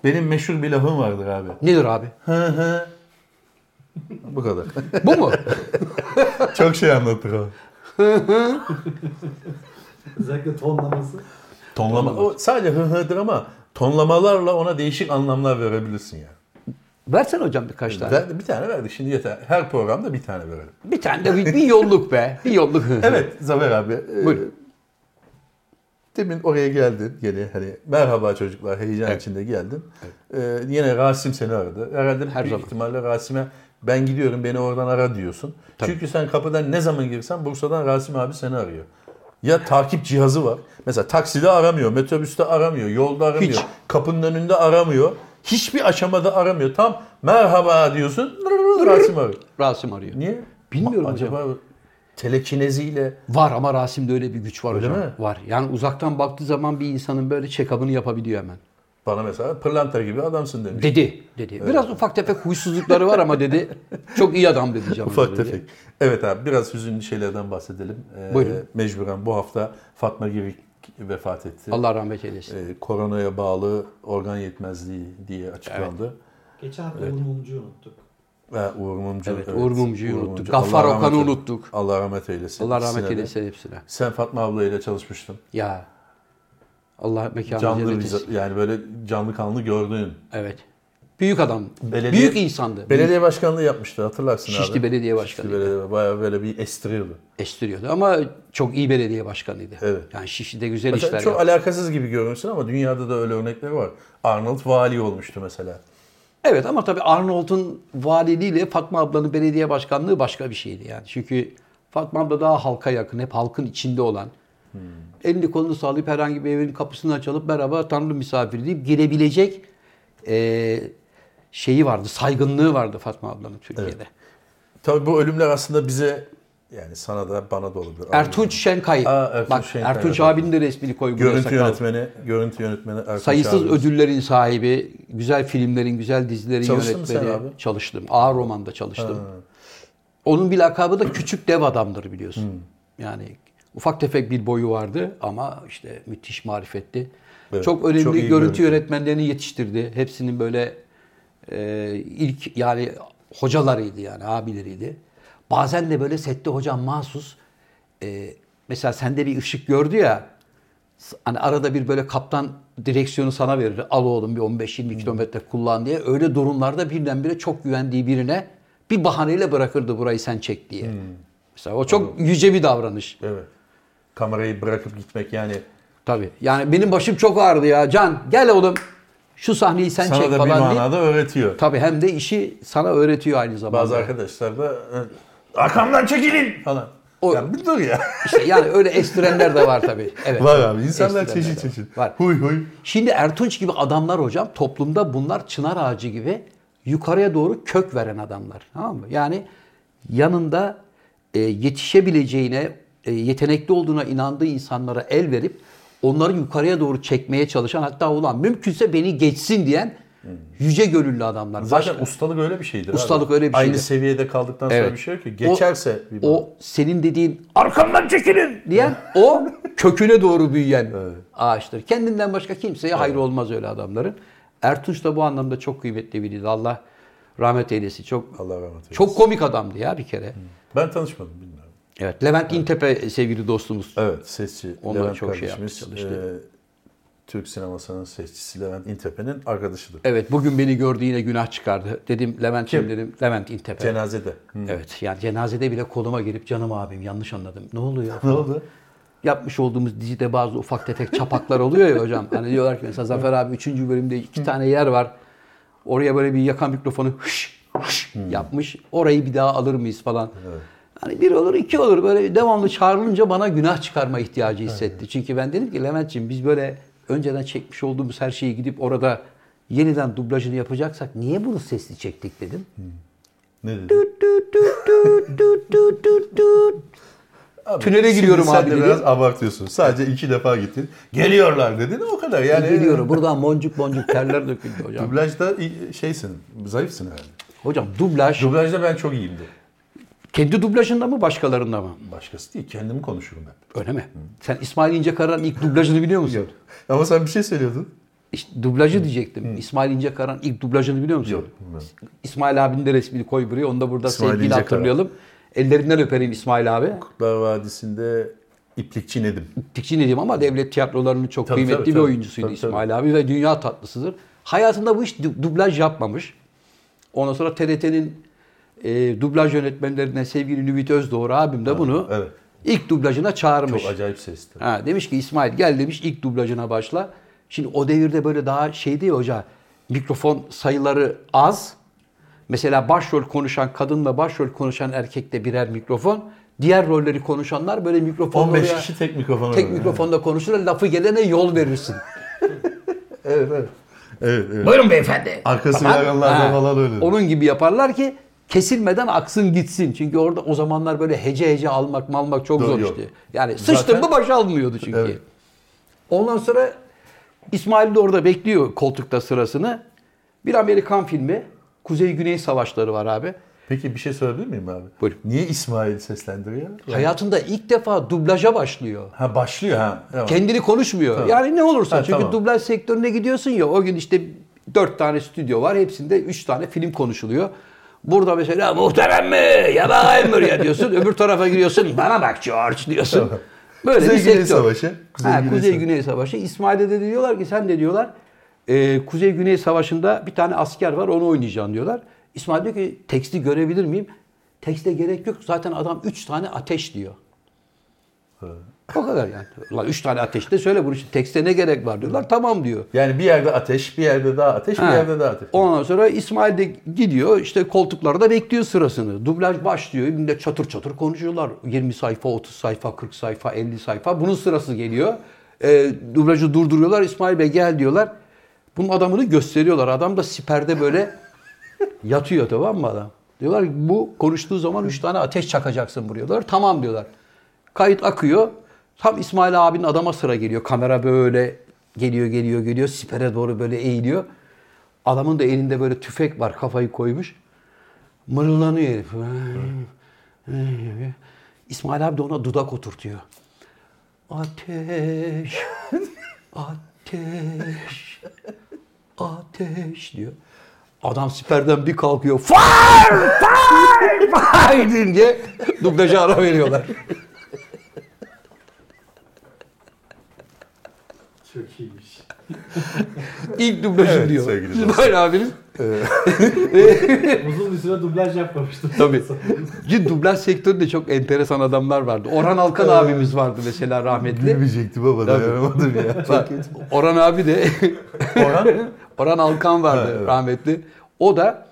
D: Benim meşhur bir lafım vardır abi.
B: Nedir abi?
D: Hı hı. Bu kadar.
B: Bu mu?
D: Çok şey anlatır o.
F: Özellikle tonlaması.
D: Tonlama. O sadece hı hıdır ama tonlamalarla ona değişik anlamlar verebilirsin yani.
B: Versene hocam birkaç tane.
D: Ver- Bir tane verdik şimdi yeter. Her programda bir tane verelim.
B: Bir tane de bir, bir yolluk be. Bir yolluk.
D: Evet Zafer abi. e,
B: Buyurun.
D: Demin oraya geldin gene hani merhaba çocuklar heyecan içinde geldin. Ee, yine Rasim seni aradı. Herhalde
B: Her
D: büyük
B: zaman.
D: ihtimalle Rasim'e ben gidiyorum beni oradan ara diyorsun. Çünkü sen kapıdan ne zaman girsen Bursa'dan Rasim abi seni arıyor. Ya takip cihazı var. Mesela takside aramıyor, metrobüste aramıyor, yolda aramıyor,
B: Hiç.
D: kapının önünde aramıyor. Hiçbir aşamada aramıyor. Tam merhaba diyorsun. Rasim arıyor.
B: Rasim arıyor.
D: Niye?
B: Bilmiyorum
D: Acaba telekineziyle
B: Var ama Rasim'de öyle bir güç var
D: Öyle
B: hocam.
D: mi?
B: Var. Yani uzaktan baktığı zaman bir insanın böyle check-up'ını yapabiliyor hemen.
D: Bana mesela pırlanta gibi adamsın demiş.
B: Dedi. Dedi. Biraz ufak tefek huysuzlukları var ama dedi. Çok iyi adam dedi canım.
D: Ufak
B: dedi.
D: tefek. Evet abi biraz hüzünlü şeylerden bahsedelim. Ee,
B: Buyurun.
D: Mecburen bu hafta Fatma Girik vefat etti.
B: Allah rahmet eylesin.
D: Ee, koronaya bağlı organ yetmezliği diye açıklandı.
F: Geçen hafta Uğur Mumcu'yu unuttuk.
D: Ve Uğur Mumcu.
B: Evet, Uğur Mumcu'yu
D: Uğur
B: unuttuk.
D: Mumcu.
B: Gaffar
D: Allah rahmet
B: Okan'ı
D: eyle-
B: unuttuk.
D: Allah rahmet eylesin.
B: Allah rahmet
D: İkisine de.
B: eylesin hepsine.
D: Sen Fatma ablayla çalışmıştın.
B: Ya. Allah mekanı
D: Canlı
B: cennet etsin.
D: bize- yani böyle canlı kanlı gördüğün.
B: Evet. Büyük adam.
D: Belediye-
B: Büyük insandı.
D: Belediye başkanlığı yapmıştı hatırlarsın abi.
B: Şişli Belediye Başkanı.
D: Şişli belediye bayağı böyle bir estiriyordu.
B: Estiriyordu ama çok iyi belediye başkanıydı.
D: Evet.
B: Yani Şişli'de güzel
D: Mesela
B: işler
D: çok
B: yaptı.
D: alakasız gibi görünsün ama dünyada da öyle örnekleri var. Arnold vali olmuştu mesela.
B: Evet ama tabii Arnold'un valiliğiyle Fatma ablanın belediye başkanlığı başka bir şeydi yani. Çünkü Fatma abla daha halka yakın, hep halkın içinde olan.
D: Hmm.
B: Elini kolunu sallayıp herhangi bir evin kapısını açılıp merhaba tanrı misafir deyip girebilecek eee, şeyi vardı, saygınlığı vardı Fatma ablanın Türkiye'de.
D: Tabii bu ölümler aslında bize yani sana da bana da olabilir.
B: Ertunç Şenkay.
D: Aa, Ertunç
B: Bak
D: Şenkay,
B: Ertunç
D: evet.
B: abinin de resmini koy buraya
D: görüntü
B: sakal.
D: yönetmeni, görüntü yönetmeni Erkan
B: Sayısız
D: Çağrı.
B: ödüllerin sahibi, güzel filmlerin, güzel dizilerin
D: Çalıştın mı sen
B: yönetmeni.
D: abi?
B: Çalıştım. Ağır romanda çalıştım. Onun bir lakabı da küçük dev adamdır biliyorsun.
D: Hmm.
B: Yani ufak tefek bir boyu vardı ama işte müthiş marifetli.
D: Evet,
B: çok önemli
D: çok iyi
B: görüntü,
D: görüntü.
B: yönetmenlerini yetiştirdi. Hepsinin böyle e, ilk yani hocalarıydı yani abileriydi. Bazen de böyle sette hocam mahsus e, mesela sende bir ışık gördü ya hani arada bir böyle kaptan direksiyonu sana verir. Al oğlum bir
D: Hmm.
B: 15-20 kilometre kullan diye. Öyle durumlarda birdenbire çok güvendiği birine bir bahaneyle bırakırdı burayı sen çek diye.
D: Hmm.
B: Mesela o çok yüce bir davranış.
D: Evet. Kamerayı bırakıp gitmek yani
B: Tabii. Yani benim başım çok ağrıdı ya. Can gel oğlum şu sahneyi sen
D: sana
B: çek
D: da bir
B: falan diye.
D: manada öğretiyor.
B: Tabii hem de işi sana öğretiyor aynı zamanda.
D: Bazı arkadaşlar da "Hı, arkamdan çekilin falan.
B: O-
D: Ya bir dur ya.
B: İşte yani öyle estirenler de var tabii. Evet.
D: var abi insanlar
B: Estirenler
D: çeşit
B: de var.
D: çeşit.
B: Var.
D: Huy huy.
B: Şimdi Ertunç gibi adamlar hocam toplumda bunlar çınar ağacı gibi yukarıya doğru kök veren adamlar. Tamam mı? Yani yanında e, yetişebileceğine, e, yetenekli olduğuna inandığı insanlara el verip onları yukarıya doğru çekmeye çalışan hatta ulan mümkünse beni geçsin diyen yüce gönüllü adamlar.
D: Zaten
B: Başka-
D: ustalık öyle bir şeydir. abi.
B: Ustalık öyle bir
D: Aynı
B: şeydir.
D: seviyede kaldıktan sonra
B: Evet.
D: bir şey yok ki. Geçerse
B: o,
D: bir
B: o senin dediğin arkamdan çekilin diyen o köküne doğru büyüyen ağaçtır. Kendinden başka kimseye hayır olmaz öyle adamların. Ertunç da bu anlamda çok kıymetli biriydi. Allah rahmet eylesin. Çok
D: Allah rahmet eylesin.
B: çok komik adamdı ya bir kere.
D: Ben tanışmadım bilmiyorum.
B: Evet. Levent İntepe sevgili dostumuz.
D: Evet sesçi
B: Onunla
D: Levent
B: çok şey
D: kardeşimiz.
B: yaptı, çalıştı.
D: e, Türk sinemasının sesçisi Levent İntepe'nin arkadaşıdır.
B: Evet bugün beni gördü yine günah çıkardı. Dedim Levent kim dedim. Levent İntepe.
D: Cenazede. Hı.
B: evet. Yani cenazede bile koluma girip canım abim yanlış anladım. Ne oluyor?
D: Ne oldu?
B: yapmış olduğumuz dizide bazı ufak tefek çapaklar oluyor ya hocam. Hani diyorlar ki mesela Zafer abi 3. bölümde iki tane yer var. Oraya böyle bir yakan mikrofonu hış hış yapmış. Orayı bir daha alır mıyız falan. Hani bir olur iki olur böyle devamlı çağrılınca bana günah çıkarma ihtiyacı hissetti. Çünkü ben dedim ki Levent'ciğim biz böyle önceden çekmiş olduğumuz her şeyi gidip orada yeniden dublajını yapacaksak niye bunu sesli çektik dedim.
D: Ne dedi? Abi,
B: Tünele
D: şimdi
B: giriyorum
D: sen
B: abi
D: de
B: dedi.
D: biraz abartıyorsun. Sadece iki defa gittin. Geliyorlar dedin o kadar yani.
B: Geliyorum buradan boncuk boncuk terler döküldü hocam.
D: Dublajda i- şeysin, zayıfsın herhalde.
B: Hocam dublaj
D: Dublajda ben çok iyiyimdi.
B: Kendi dublajında mı başkalarında mı?
D: Başkası değil, kendimi konuşurum ben.
B: Öyle mi? Sen İsmail İncekara'nın ilk dublajını biliyor musun?
D: Ama sen bir şey söylüyordun.
B: İşte dublajı diyecektim. İsmail İncekaran ilk dublajını biliyor musun?
D: Yok, bilmiyorum.
B: İsmail abinin de resmini koy buraya. Onu da burada
D: İsmail
B: sevgiyle
D: İncekaran.
B: hatırlayalım. Ellerinden öperim İsmail abi.
D: Kurtlar Vadisi'nde iplikçi Nedim.
B: Tikçi Nedim ama devlet tiyatrolarının çok
D: Tabii,
B: kıymetli
D: tabii,
B: bir
D: tabii.
B: oyuncusuydu
D: Tabii, tabii.
B: İsmail abi ve dünya tatlısıdır. Hayatında bu hiç du- dublaj yapmamış. Ondan sonra TRT'nin e, dublaj yönetmenlerinden sevgili Nüvit Özdoğru abim de bunu
D: evet.
B: ilk dublajına çağırmış.
D: Çok acayip sesti.
B: Ha, demiş ki İsmail gel demiş ilk dublajına başla. Şimdi o devirde böyle daha şey değil hoca mikrofon sayıları az. Mesela başrol konuşan kadınla başrol konuşan erkekte birer mikrofon. Diğer rolleri konuşanlar böyle mikrofon
D: 15
B: oraya-
D: kişi tek mikrofona.
B: Tek
D: böyle.
B: mikrofonda konuşur, lafı gelene yol verirsin.
D: Evet evet. Evet evet.
B: Buyurun beyefendi.
D: Arkası
B: Tamam.
D: yaranlardan
B: Ha.
D: falan öyle.
B: Onun gibi yaparlar ki kesilmeden aksın gitsin. Çünkü orada o zamanlar böyle hece hece almak malmak çok
D: Yok,
B: zor
D: yok.
B: işte. Yani sıçtın mı baş almıyordu çünkü.
D: Evet.
B: Ondan sonra İsmail de orada bekliyor koltukta sırasını. Bir Amerikan filmi Kuzey Güney Savaşları var abi.
D: Peki bir şey sorabilir miyim abi?
B: Buyurun.
D: Niye İsmail seslendiriyor?
B: Hayatında ilk defa dublaja başlıyor.
D: Ha başlıyor ha. Tamam.
B: Kendini konuşmuyor.
D: Tamam.
B: Yani ne olursa.
D: Ha,
B: Çünkü
D: tamam.
B: dublaj sektörüne gidiyorsun ya o gün işte dört tane stüdyo var. Hepsinde üç tane film konuşuluyor. Burada mesela muhterem mi? Ya bakayım buraya diyorsun. Öbür tarafa giriyorsun. Bana bak George diyorsun. Böyle
D: Kuzey
B: bir
D: Güney
B: sektör.
D: Savaşı. Kuzey
B: Ha,
D: Güney
B: Kuzey
D: Savaşı.
B: Güney Savaşı. İsmail'de de diyorlar ki sen de diyorlar e, Kuzey Güney Savaşı'nda bir tane asker var onu oynayacaksın diyorlar. İsmail diyor ki teksti görebilir miyim? Tekste gerek yok. Zaten adam üç tane ateş diyor. O kadar yani. Ulan üç tane ateşte söyle bunu şimdi tekste ne gerek var diyorlar. Tamam diyor.
D: Yani bir yerde ateş, bir yerde daha ateş, bir
B: Ha.
D: yerde daha ateş.
B: Ondan sonra İsmail de gidiyor işte koltuklarda bekliyor sırasını. Dublaj başlıyor. Millet çatır çatır konuşuyorlar. 20 sayfa, 30 sayfa, 40 sayfa, 50 sayfa. Bunun sırası geliyor. E, dublajı durduruyorlar. İsmail Bey gel diyorlar. Bunun adamını gösteriyorlar. Adam da siperde böyle yatıyor tamam mı adam? Diyorlar ki bu konuştuğu zaman 3 tane ateş çakacaksın buraya diyorlar. Tamam diyorlar. Kayıt akıyor. Tam İsmail abinin adama sıra geliyor. Kamera böyle geliyor geliyor geliyor. Sipere doğru böyle eğiliyor. Adamın da elinde böyle tüfek var kafayı koymuş. Mırıldanıyor herif. İsmail abi de ona dudak oturtuyor. Ateş, ateş, ateş diyor. Adam siperden bir kalkıyor. Fire! Fire! Fire! deyince dublaja ara veriyorlar.
F: Çok iyiymiş.
B: İlk dublajı
D: Evet,
B: diyor.
D: sevgili
B: İsmail abinin
D: Ee,
F: Uzun bir süre dublaj yapmamıştım.
B: Tabii. Ki dublaj sektöründe çok enteresan adamlar vardı. Orhan Alkan abimiz vardı mesela rahmetli.
D: Gülmeyecektim ama dayanamadım ya. Çok kötü.
B: Orhan abi de
D: Orhan?
B: Orhan Alkan vardı
D: Ha, evet.
B: rahmetli. O da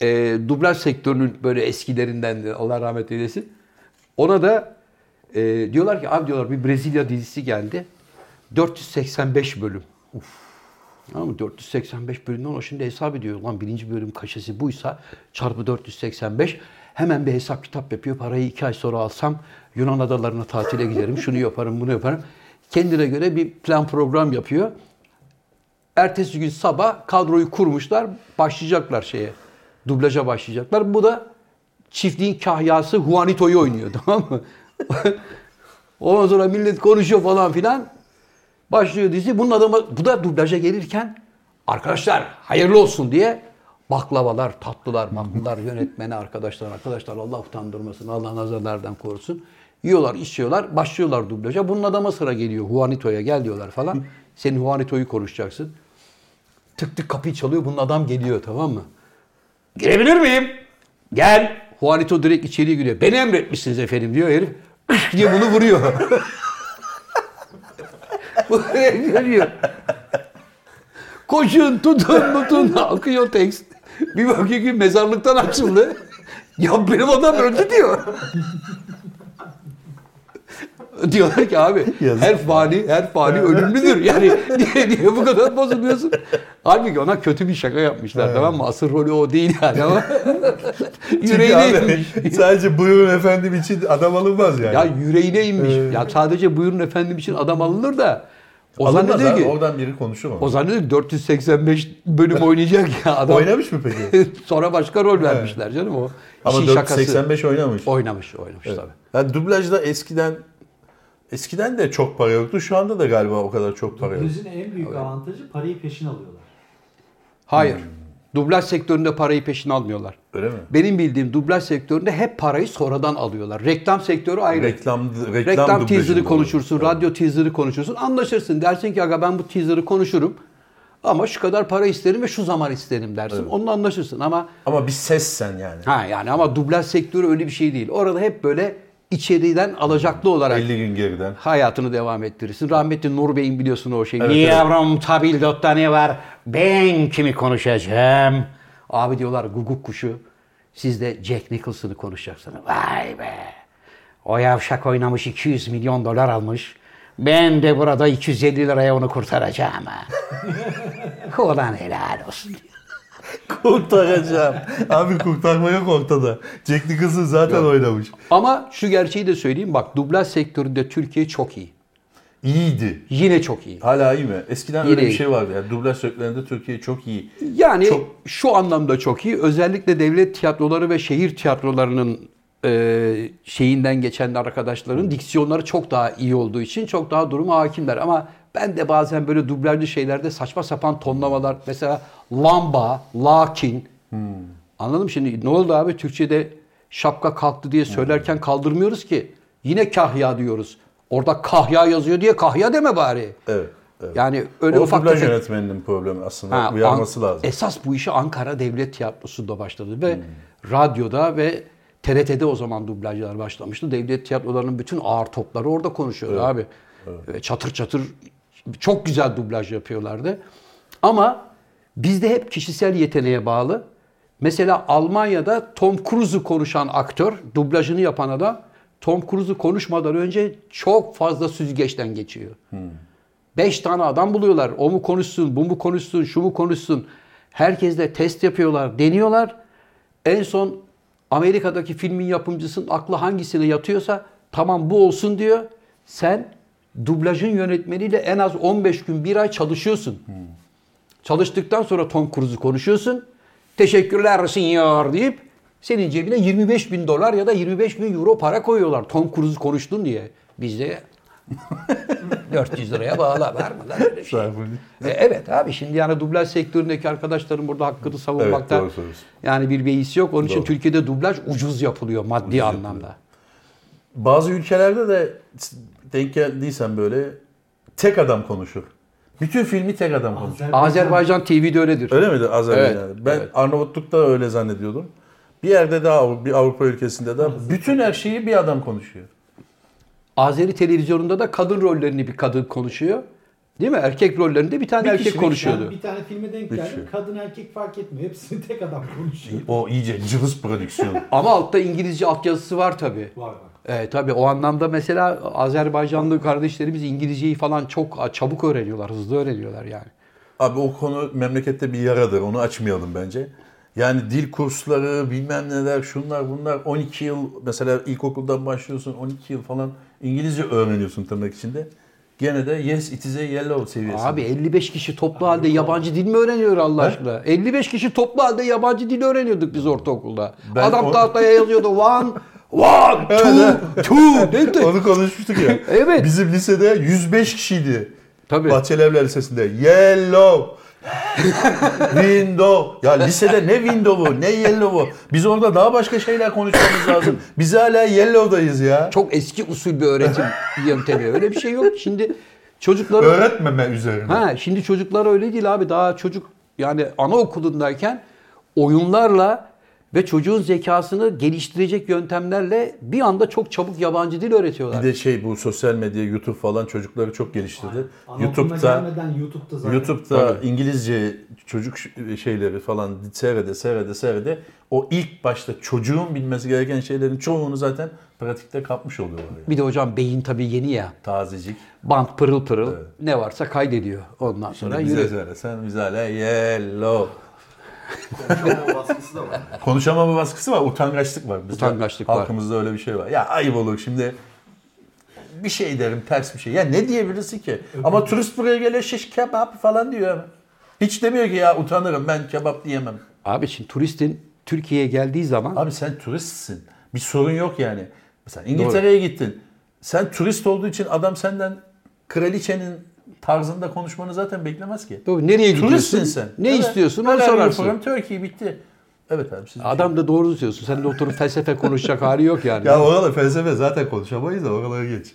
B: e, dublaj sektörünün böyle eskilerindendi. Allah rahmet eylesin. Ona da e, diyorlar ki abi diyorlar bir Brezilya dizisi geldi. 485 bölüm. Tamam mı? 485 bölümden o şimdi hesap ediyor. Lan birinci bölüm kaşesi buysa çarpı 485 hemen bir hesap kitap yapıyor. Parayı iki ay sonra alsam Yunan adalarına tatile giderim. Şunu yaparım bunu yaparım. Kendine göre bir plan program yapıyor. Ertesi gün sabah kadroyu kurmuşlar. Başlayacaklar şeye. Dublaja başlayacaklar. Bu da çiftliğin kahyası Juanito'yu oynuyor tamam mı? Ondan sonra millet konuşuyor falan filan. Başlıyor dizi. Bunun adamı, bu da dublaja gelirken arkadaşlar hayırlı olsun diye baklavalar, tatlılar, maklular yönetmene arkadaşlar, arkadaşlar Allah utandırmasın, Allah nazarlardan korusun. Yiyorlar, içiyorlar, başlıyorlar dublaja. Bunun adama sıra geliyor. Juanito'ya gel diyorlar falan. Senin Juanito'yu konuşacaksın. Tık tık kapıyı çalıyor. Bunun adam geliyor tamam mı? Girebilir miyim? Gel. Juanito direkt içeriye giriyor. Beni emretmişsiniz efendim diyor herif. Kış diye bunu vuruyor. Bu herif görüyor. Koşun tutun tutun akıyor tekst. Bir bakıyor ki mezarlıktan açıldı. ya benim adam öldü diyor. Diyorlar ki abi
D: Yazık.
B: her fani her fani ölümlüdür. Yani niye, niye bu kadar bozuluyorsun? Halbuki ona kötü bir şaka yapmışlar tamam mı? Asıl rolü o değil yani ama yüreğine
D: Abi,
B: inmiş.
D: sadece buyurun efendim için adam alınmaz yani.
B: Ya yüreğine inmiş. Ya sadece buyurun efendim için adam alınır da o
D: Alınmaz
B: zannediyor
D: abi,
B: ki
D: Oradan biri konuşur
B: o
D: onu.
B: zannediyor ki 485 bölüm oynayacak ya adam.
D: Oynamış mı peki?
B: Sonra başka rol vermişler canım o.
D: Ama
B: İşin şakası.
D: 485 oynamış.
B: Oynamış, oynamış tabii.
D: Yani dublajda eskiden Eskiden de çok para yoktu. Şu anda da galiba o kadar çok para yok.
F: Dublajın en büyük avantajı parayı peşin alıyorlar.
B: Hayır.
D: Hmm.
B: Dublaj sektöründe parayı peşin almıyorlar.
D: Öyle mi?
B: Benim bildiğim dublaj sektöründe hep parayı sonradan alıyorlar. Reklam sektörü ayrı.
D: Reklam reklam,
B: Reklam
D: dublajında
B: teaser'ı
D: olur.
B: konuşursun,
D: Evet.
B: radyo teaser'ı konuşursun. Anlaşırsın. Dersin ki aga ben bu teaser'ı konuşurum. Ama şu kadar para isterim ve şu zaman isterim dersin. Onunla anlaşırsın ama
D: Ama bir ses sen yani.
B: ha yani ama dublaj sektörü öyle bir şey değil. Orada hep böyle içeriden alacaklı olarak
D: 50 gün geriden.
B: hayatını devam ettirirsin. Rahmetli Nur Bey'in biliyorsun o şeyi. Yavrum tabildotta ne var? Ben kimi konuşacağım? Abi diyorlar guguk kuşu. Siz de Jack Nicholson'ı konuşacaksınız. Vay be. O yavşak oynamış 200 milyon dolar almış. Ben de burada 250 liraya onu kurtaracağım ha. Ulan helal olsun.
D: Kurtaracağım. Abi kurtarma yok ortada. Jack Nicholson zaten oynamış.
B: Ama şu gerçeği de söyleyeyim bak dublaj sektöründe Türkiye çok iyi.
D: İyiydi.
B: Yine çok iyi.
D: Hala iyi mi? Eskiden
B: İyi
D: öyle bir
B: değil.
D: şey vardı. Yani dublaj sektöründe Türkiye çok iyi.
B: Yani
D: Çok-
B: şu anlamda çok iyi. Özellikle devlet tiyatroları ve şehir tiyatrolarının e, şeyinden geçen arkadaşların diksiyonları çok daha iyi olduğu için çok daha duruma hakimler. Ama ben de bazen böyle dublajlı şeylerde saçma sapan tonlamalar. Mesela lamba, lakin.
D: Hmm.
B: Anladın mı şimdi? Ne oldu abi? Türkçe'de şapka kalktı
D: Hmm.
B: diye söylerken kaldırmıyoruz ki. Yine kahya diyoruz. Orada kahya yazıyor diye kahya deme bari.
D: Evet. evet.
B: Yani öyle
D: o
B: ufak
D: dublaj
B: tefek
D: yönetmeninin problemi aslında.
B: Ha,
D: Uyarması
B: An-
D: lazım.
B: Esas bu işi Ankara Devlet Tiyatrosu'nda başladı ve radyoda ve TRT'de o zaman dublajlar başlamıştı. Devlet tiyatrolarının bütün ağır topları orada konuşuyordu abi. Ve Çatır çatır çok güzel dublaj yapıyorlardı. Ama bizde hep kişisel yeteneğe bağlı. Mesela Almanya'da Tom Cruise'u konuşan aktör, dublajını yapan adam Tom Cruise'u konuşmadan önce çok fazla süzgeçten geçiyor. Beş tane adam buluyorlar. O mu konuşsun, bu mu konuşsun, şu mu konuşsun. Herkesle test yapıyorlar, deniyorlar. En son Amerika'daki filmin yapımcısının aklı hangisine yatıyorsa tamam bu olsun diyor. Sen dublajın yönetmeniyle en az 15 gün bir ay çalışıyorsun. Çalıştıktan sonra Tom Cruise'u konuşuyorsun. Teşekkürler senyor deyip senin cebine 25 bin dolar ya da 25 bin euro para koyuyorlar. Tom Cruise'u konuştun diye. Bizde 400 liraya bağla var mı lan öyle şey?
D: Sarfı-
B: E, evet abi şimdi yani dublaj sektöründeki arkadaşların burada hakkını savunmakta
D: doğru söylüyorsun.
B: yani bir beis yok. Onun için Türkiye'de dublaj ucuz yapılıyor maddi anlamda.
D: Bazı ülkelerde de denk geldiysen böyle tek adam konuşur. Bütün filmi tek adam konuşur.
B: Azerbaycan TV'de öyledir.
D: Öyle miydi Azerbaycan'da?
B: Evet,
D: ben
B: evet.
D: Arnavutluk'ta öyle zannediyordum. Bir yerde daha Avru- bir Avrupa ülkesinde de bütün her şeyi bir adam konuşuyor.
B: Azeri televizyonunda da kadın rollerini bir kadın konuşuyor. Değil mi? Erkek rollerinde bir tane
D: Bir
B: erkek
D: kişi, bir
B: konuşuyordu.
F: Yani bir tane filme denk geldim. Kadın erkek fark etmiyor. Hepsini tek adam konuşuyor.
D: O iyice cılız prodüksiyon.
B: Ama altta İngilizce altyazısı var tabii.
F: Var var.
B: E, tabii o anlamda mesela Azerbaycanlı kardeşlerimiz İngilizceyi falan çok çabuk öğreniyorlar, hızlı öğreniyorlar yani.
D: Abi o konu memlekette bir yaradır. Onu açmayalım bence. Yani dil kursları, bilmem neler, şunlar bunlar 12 yıl mesela ilkokuldan başlıyorsun 12 yıl falan İngilizce öğreniyorsun tırnak içinde. Gene de yes it is a yellow seviyesinde.
B: Abi 55 kişi toplu halde yabancı dil mi öğreniyor Allah aşkına? 55 kişi toplu halde yabancı dil öğreniyorduk biz ortaokulda.
D: Ben
B: Adam
D: o-
B: tahtaya yazıyordu one, one, two, two dedi.
D: Onu konuşmuştuk ya.
B: Evet.
D: Bizim lisede 105 kişiydi.
B: Tabii.
D: Bahçeli Evler Lisesi'nde. Yellow. window. Ya lisede ne window'u ne yellow'u. Biz orada daha başka şeyler konuşmamız lazım. Biz hala yellow'dayız ya.
B: Çok eski usul bir öğretim yöntemi. Öyle bir şey yok. Şimdi çocuklara...
D: Öğretmeme üzerine.
B: Ha, şimdi çocuklar öyle değil abi. Daha çocuk yani anaokulundayken oyunlarla ve çocuğun zekasını geliştirecek yöntemlerle bir anda çok çabuk yabancı dil öğretiyorlar.
D: Bir de şey bu sosyal medya YouTube falan çocukları çok geliştirdi.
F: Anaokuluna
D: YouTube'da
F: gelmeden YouTube'da zaten.
D: YouTube'da İngilizce çocuk ş- şeyleri falan seyrede seyrede seyrede o ilk başta çocuğun bilmesi gereken şeylerin çoğunu zaten pratikte kapmış oluyorlar. yani.
B: Bir de hocam beyin tabii yeni ya.
D: Tazecik.
B: Bant pırıl pırıl ne varsa kaydediyor. Ondan sonra
D: Bize
B: yürü.
D: söyle. Sen bize hala yellow.
G: Konuşamama baskısı da var.
D: Konuşamama baskısı var. Utangaçlık var. Bizde
B: Utangaçlık var.
D: halkımızda öyle bir şey var. Ya ayıp olur şimdi. Bir şey derim ters bir şey. Ya ne diyebilirsin ki? Ama turist buraya geliyor şiş kebap falan diyor. Hiç demiyor ki ya utanırım ben kebap diyemem.
B: Abi şimdi turistin Türkiye'ye geldiği zaman
D: Abi sen turistsin. Bir sorun yok yani. Mesela İngiltere'ye gittin. Sen turist olduğu için adam senden kraliçenin tarzında konuşmanı zaten beklemez ki.
B: Tabii nereye gidiyorsun?
D: Turistsin sen.
B: Ne
D: Evet.
B: istiyorsun? Onu
D: Helal
B: sorarsın.
D: From Turkey bitti. Evet abi siz
B: Adam da doğru diyorsun. Sen de oturup felsefe konuşacak hali yok yani.
D: Ya orada felsefe zaten konuşamayız da oralara geç.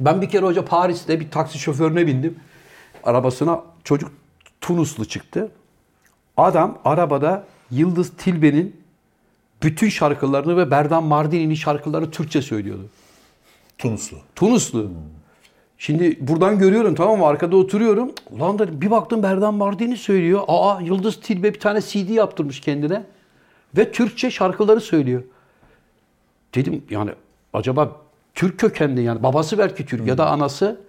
B: Ben bir kere hoca Paris'te bir taksi şoförüne bindim. Arabasına çocuk Tunuslu çıktı. Adam arabada Yıldız Tilbe'nin bütün şarkılarını ve Berdan Mardini'nin şarkılarını Türkçe söylüyordu.
D: Tunuslu.
B: Tunuslu. Şimdi buradan görüyorum tamam mı? Arkada oturuyorum. Ulan dedim bir baktım Berdan Mardini söylüyor. Aa Yıldız Tilbe bir tane CD yaptırmış kendine. Ve Türkçe şarkıları söylüyor. Dedim yani acaba Türk kökenli yani babası belki Türk ya da anası.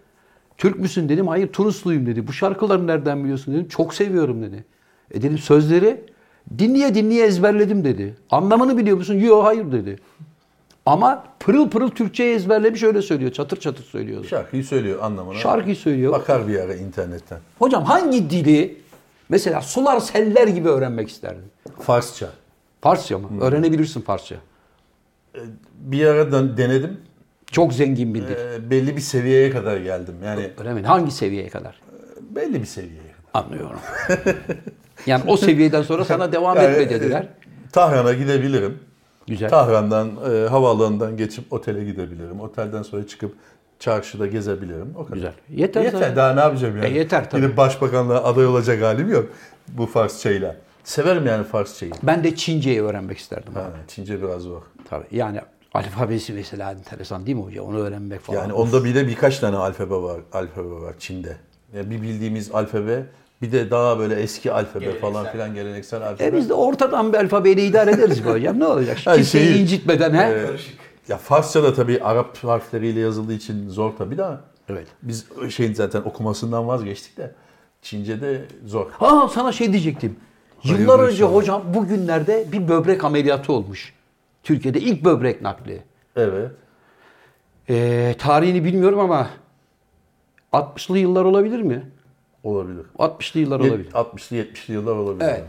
B: Türk müsün dedim. Hayır Tunusluyum dedi. Bu şarkıları nereden biliyorsun dedim. Çok seviyorum dedi. E dedim sözleri dinleye dinleye ezberledim dedi. Anlamını biliyor musun? Yok hayır dedi. Ama pırıl pırıl Türkçe'yi ezberlemiş öyle söylüyor. Çatır çatır söylüyordu.
D: Şarkıyı söylüyor anlamına.
B: Şarkıyı söylüyor.
D: Bakar bir ara internetten.
B: Hocam hangi dili mesela sular seller gibi öğrenmek isterdin?
D: Farsça.
B: Farsça
D: Hmm.
B: mı? Öğrenebilirsin Farsça.
D: E, Bir ara dön- denedim.
B: Çok zengin bir dil.
D: Ee, belli bir seviyeye kadar geldim. Yani
B: Öyle mi? Hangi seviyeye kadar?
D: belli bir seviyeye kadar.
B: Anlıyorum. yani o seviyeden sonra sana devam etme
D: Yani,
B: dediler.
D: e, Tahran'a gidebilirim.
B: Güzel.
D: Tahran'dan, e, havaalanından geçip otele gidebilirim. Otelden sonra çıkıp çarşıda gezebilirim. O kadar. E,
B: Güzel. Yeter
D: yeter
B: zaten.
D: daha ne yapacağım yani?
B: E, yeter tabii.
D: Gidip başbakanlığa aday olacak halim yok bu Farsçayla. Severim yani Farsçayı.
B: Ben de Çince'yi öğrenmek isterdim.
D: Ha, Çince biraz zor.
B: Tabii. Yani alfabesi mesela enteresan değil mi hoca? Onu öğrenmek falan.
D: Yani onda bir de birkaç tane alfabe var, alfabe var Çin'de. Yani bir bildiğimiz alfabe, bir de daha böyle eski alfabe falan filan geleneksel alfabe.
B: E biz de ortadan bir alfabeyle idare ederiz be hocam. Ne olacak?
D: Ha, şey-
B: Kimseyi
D: şeyi- Ee,
B: incitmeden he?
G: Karışık.
D: Ya Farsça da tabii Arap harfleriyle yazıldığı için zor tabii de
B: Evet.
D: biz şeyin zaten okumasından vazgeçtik de Çince'de zor.
B: Ha sana şey diyecektim. Yıllar
D: Hayırlı
B: önce
D: inşallah.
B: hocam bugünlerde bir böbrek ameliyatı olmuş. Türkiye'de ilk böbrek nakli.
D: Evet.
B: Ee, tarihini bilmiyorum ama 60'lı yıllar olabilir mi?
D: Olabilir.
B: 60'lı yıllar
D: Yet-
B: olabilir.
D: 60'lı 70'li yıllar olabilir.
B: Evet.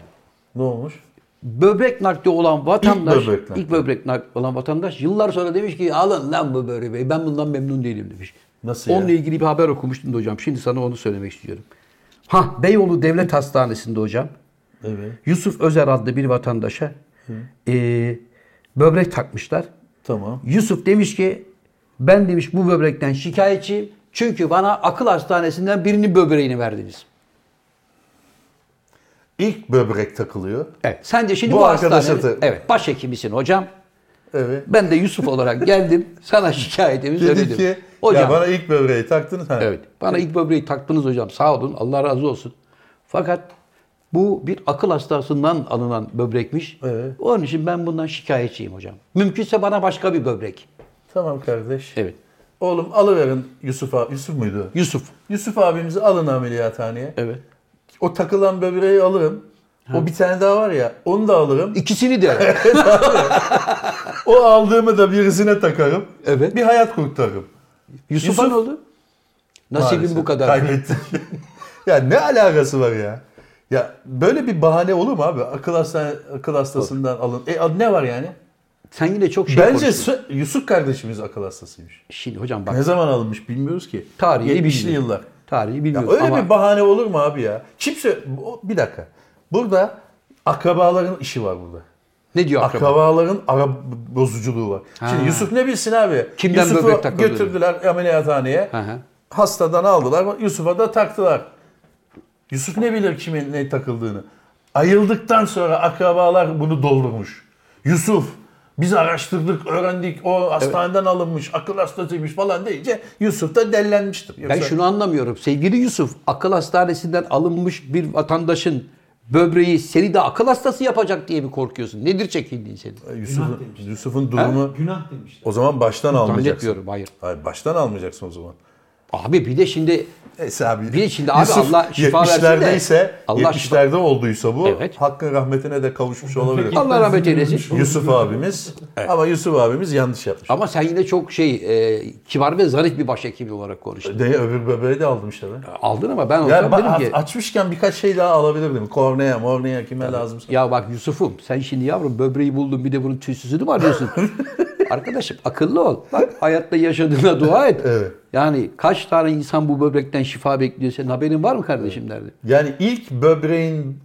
D: Ne olmuş?
B: Böbrek nakli olan vatandaş, ilk
D: böbrek
B: böbrek
D: nakli.
B: nakli. olan vatandaş yıllar sonra demiş ki alın lan bu böbreği ben bundan memnun değilim demiş.
D: Nasıl
B: Onunla
D: ya?
B: ilgili bir haber okumuştum da hocam. Şimdi sana onu söylemek istiyorum. Ha Beyoğlu Devlet Hastanesi'nde hocam.
D: Evet.
B: Yusuf Özer adlı bir vatandaşa eee, böbrek takmışlar.
D: Tamam.
B: Yusuf demiş ki ben demiş bu böbrekten şikayetçiyim. Çünkü bana akıl hastanesinden birinin böbreğini verdiniz.
D: İlk böbrek takılıyor.
B: Evet. Sen de şimdi
D: Bu
B: bu,
D: arkadaşa
B: hastanenin
D: da-
B: evet, başhekimisin hocam.
D: Evet.
B: Ben de Yusuf olarak geldim. Sana şikayetimi
D: Dedi
B: söyledim.
D: ki
B: hocam,
D: ya bana ilk böbreği taktınız. Ha.
B: Evet. Bana ilk böbreği taktınız hocam. Sağ olun. Allah razı olsun. Fakat bu bir akıl hastasından alınan böbrekmiş.
D: Evet.
B: Onun için ben bundan şikayetçiyim hocam. Mümkünse bana başka bir böbrek.
D: Tamam kardeş.
B: Evet.
D: Oğlum alıverin Yusuf'a. Yusuf muydu?
B: Yusuf.
D: Yusuf abimizi alın ameliyathaneye.
B: Evet.
D: O takılan böbreği alırım. O bir tane daha var ya onu da alırım.
B: İkisini de.
D: O aldığımı da birisine takarım.
B: Evet.
D: Bir hayat kurtarırım.
B: Yusuf'a
D: Yusuf-
B: ne oldu? Nasibim
D: Maalesef
B: bu kadar.
D: Kaybettim. ya ne alakası var ya? Ya böyle bir bahane olur mu abi? Akıl, hastane, akıl hastasından alın. E a- ne var yani?
B: Sen yine çok şey
D: Bence
B: konuştun.
D: Su- Yusuf kardeşimiz akıl hastasıymış.
B: Şimdi hocam bak.
D: Ne zaman alınmış bilmiyoruz ki.
B: Tarihi
D: 70'li
B: bilmiyorum.
D: yıllar.
B: Tarihi
D: Ya
B: bilmiyorum
D: öyle
B: ama
D: bir bahane olur mu abi ya? Kimse o- bir dakika. Burada akrabaların işi var burada.
B: ne diyor akraba?
D: Akrabaların ara bozuculuğu var. Şimdi
B: Ha.
D: Yusuf ne bilsin abi?
B: Kimden
D: Yusuf'u
B: böbrek takıldı?
D: götürdüler ameliyathaneye.
B: Hı hı.
D: Hastadan aldılar. Yusuf'a da taktılar. Yusuf ne bilir kimin ne takıldığını. Ayıldıktan sonra akrabalar bunu doldurmuş. Yusuf biz araştırdık, öğrendik, o hastaneden alınmış, akıl hastasıymış falan deyince Yusuf da dellenmiştir.
B: Ben
D: Yoksa-
B: şunu anlamıyorum. Sevgili Yusuf akıl hastanesinden alınmış bir vatandaşın böbreği seni de akıl hastası yapacak diye mi korkuyorsun? Nedir çekindiğin senin?
D: Yusuf'un,
F: Günah demiş.
D: Yusuf'un durumu
F: Günah demişler.
D: o zaman baştan almayacaksın.
B: Zannetmiyorum hayır.
D: Hayır, baştan almayacaksın o zaman.
B: Abi bir de şimdi
D: Neyse abi.
B: Bir de şimdi abi Allah şifa versin de-
D: 70'lerdeyse
B: Allah
D: 70'lerde olduysa bu
B: Evet.
D: hakkın rahmetine de kavuşmuş olabilir.
F: Peki.
B: Allah rahmet eylesin.
D: Yusuf abimiz ama Yusuf abimiz yanlış yapmış.
B: Ama sen yine çok şey e, kibar ve zarif bir başhekim olarak konuştun.
D: De öbür böbreği de aldım işte ben.
B: Aldın ama ben
D: Ya
B: olsam
D: ben
B: derim ki
D: a- açmışken birkaç şey daha alabilirdim. Kornea, mornea kime lazımsa.
B: ya bak Yusuf'um sen şimdi yavrum böbreği buldun bir de bunun tüysüzünü mü arıyorsun? Arkadaşım akıllı ol. Bak hayatta yaşadığına dua et.
D: Evet.
B: Yani kaç tane insan bu böbrekten şifa bekliyor senin haberin var mı kardeşim derdi.
D: Yani ilk böbreğin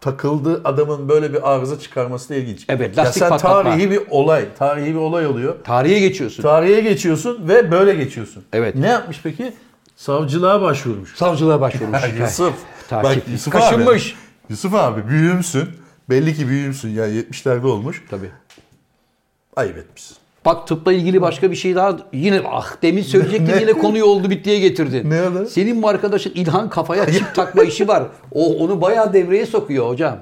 D: takıldığı adamın böyle bir arıza çıkarması da ilginç.
B: Evet,
D: ya
B: lastik
D: sen
B: patlatma.
D: tarihi bir olay, tarihi bir olay oluyor.
B: Tarihe geçiyorsun.
D: Tarihe geçiyorsun ve böyle geçiyorsun.
B: Evet.
D: Ne yapmış peki? Savcılığa başvurmuş.
B: Savcılığa başvurmuş.
D: Ya Yusuf.
B: Takip.
D: Bak Yusuf
B: Kaşınmış.
D: abi. Yusuf abi büyüğümsün. Belli ki büyüğümsün ya 70'lerde olmuş.
B: Tabii.
D: Ayıp etmişsin.
B: Bak tıpla ilgili başka bir şey daha yine ah demin söyleyecektin yine konuyu oldu bittiye getirdin.
D: Ne oldu?
B: Senin bu arkadaşın İlhan kafaya çip takma işi var. O onu bayağı devreye sokuyor hocam.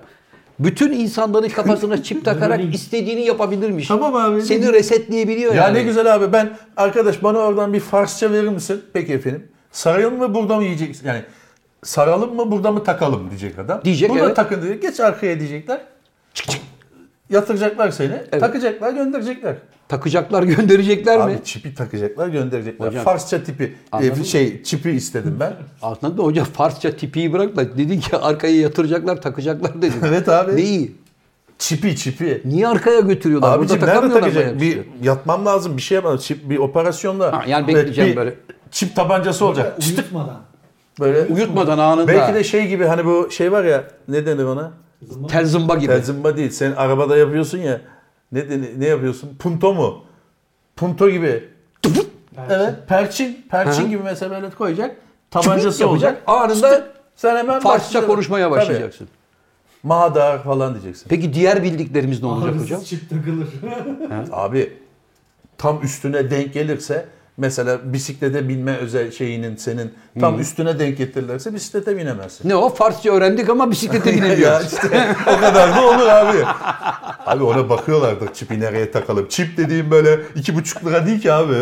B: Bütün insanların kafasına çip takarak istediğini yapabilirmiş.
D: Tamam abi.
B: Seni resetleyebiliyor
D: Ya
B: yani.
D: ne güzel abi ben arkadaş bana oradan bir Farsça verir misin? Peki efendim. Sarayalım mı burada mı yiyeceksin? Yani saralım mı burada mı takalım diyecek adam.
B: Diyecek,
D: burada
B: evet.
D: takın diyecek. Geç arkaya diyecekler. Çık çık. Yatıracaklar seni. Takacaklar gönderecekler.
B: Takacaklar gönderecekler mi?
D: Abi çipi takacaklar gönderecekler.
B: Hocam,
D: Farsça tipi
B: anladın
D: e, şey çipi istedim ben.
B: Aslında hoca Farsça tipiyi bırak da dedin ki arkaya yatıracaklar takacaklar dedin.
D: Evet abi.
B: Neyi?
D: çipi çipi.
B: Niye arkaya götürüyorlar?
D: Abicim
B: Burada
D: nerede
B: takamıyorlar bayağı
D: takacak?
B: bir
D: Bir
B: şey.
D: yatmam lazım bir şey yapmam. Çip, bir operasyonla.
B: Ha, yani
D: Evet,
B: bekleyeceğim
D: bir
B: böyle.
D: Çip tabancası olacak. Çıtık
F: Uyutmadan.
D: böyle.
B: Uyutmadan anında.
D: Belki de şey gibi hani bu şey var ya ne denir ona?
B: tel zımba gibi.
D: Tel zımba değil. Sen arabada yapıyorsun ya. Ne denir, ne yapıyorsun? Punto mu? Punto gibi. Evet. Perçin. Perçin
B: Hı.
D: gibi mesela böyle koyacak. Tabancası olacak.
B: Anında
D: Sen hemen
B: Farsça
D: başlayacaksın.
B: konuşmaya
D: Tabii.
B: başlayacaksın.
D: Mağdar falan diyeceksin.
B: Peki diğer bildiklerimiz ne olacak hocam?
F: Ağrısız çip takılır.
D: Abi tam üstüne denk gelirse mesela bisiklete binme özel şeyinin senin
B: Hmm.
D: tam üstüne denk getirirlerse bisiklete binemezsin.
B: Ne o? Farsça öğrendik ama bisiklete
D: ya
B: binemiyoruz.
D: işte o kadar da olur abi. Abi ona bakıyorlardır çipi nereye takalım. Çip dediğim böyle iki buçuk lira değil ki abi.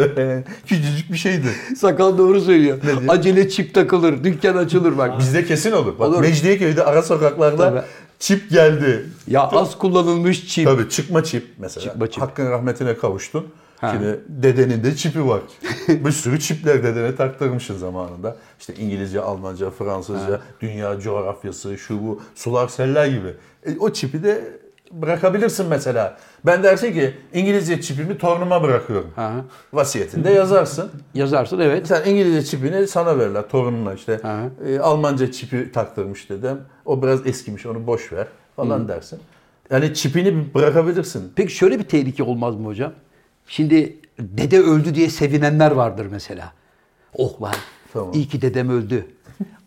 D: Küçücük bir şeydi.
B: Sakal doğru söylüyor.
D: diyor?
B: Acele çip takılır, dükkan açılır bak.
D: Bizde kesin olur. Bak
B: Olur.
D: Mecidiyeköy'de ara sokaklarda
B: Tabii.
D: çip geldi.
B: Ya az kullanılmış çip.
D: Tabii çıkma çip mesela.
B: Çıkma çip.
D: Hakkın rahmetine kavuştun. Şimdi dedenin de çipi var. bir sürü çipler dedene taktırmışsın zamanında. İşte İngilizce, Almanca, Fransızca, dünya coğrafyası, şu bu, sular seller gibi. E, o çipi de bırakabilirsin mesela. Ben dersin ki İngilizce çipimi torunuma bırakıyorum.
B: Ha.
D: Vasiyetinde yazarsın.
B: Yazarsın evet.
D: Sen İngilizce çipini sana verirler torununa işte.
B: Ha.
D: E, Almanca çipi taktırmış dedem. O biraz eskimiş onu boş ver falan dersin. Yani çipini bırakabilirsin.
B: Peki şöyle bir tehlike olmaz mı hocam? Şimdi dede öldü diye sevinenler vardır mesela. Oh lan
D: Tamam.
B: iyi ki dedem öldü.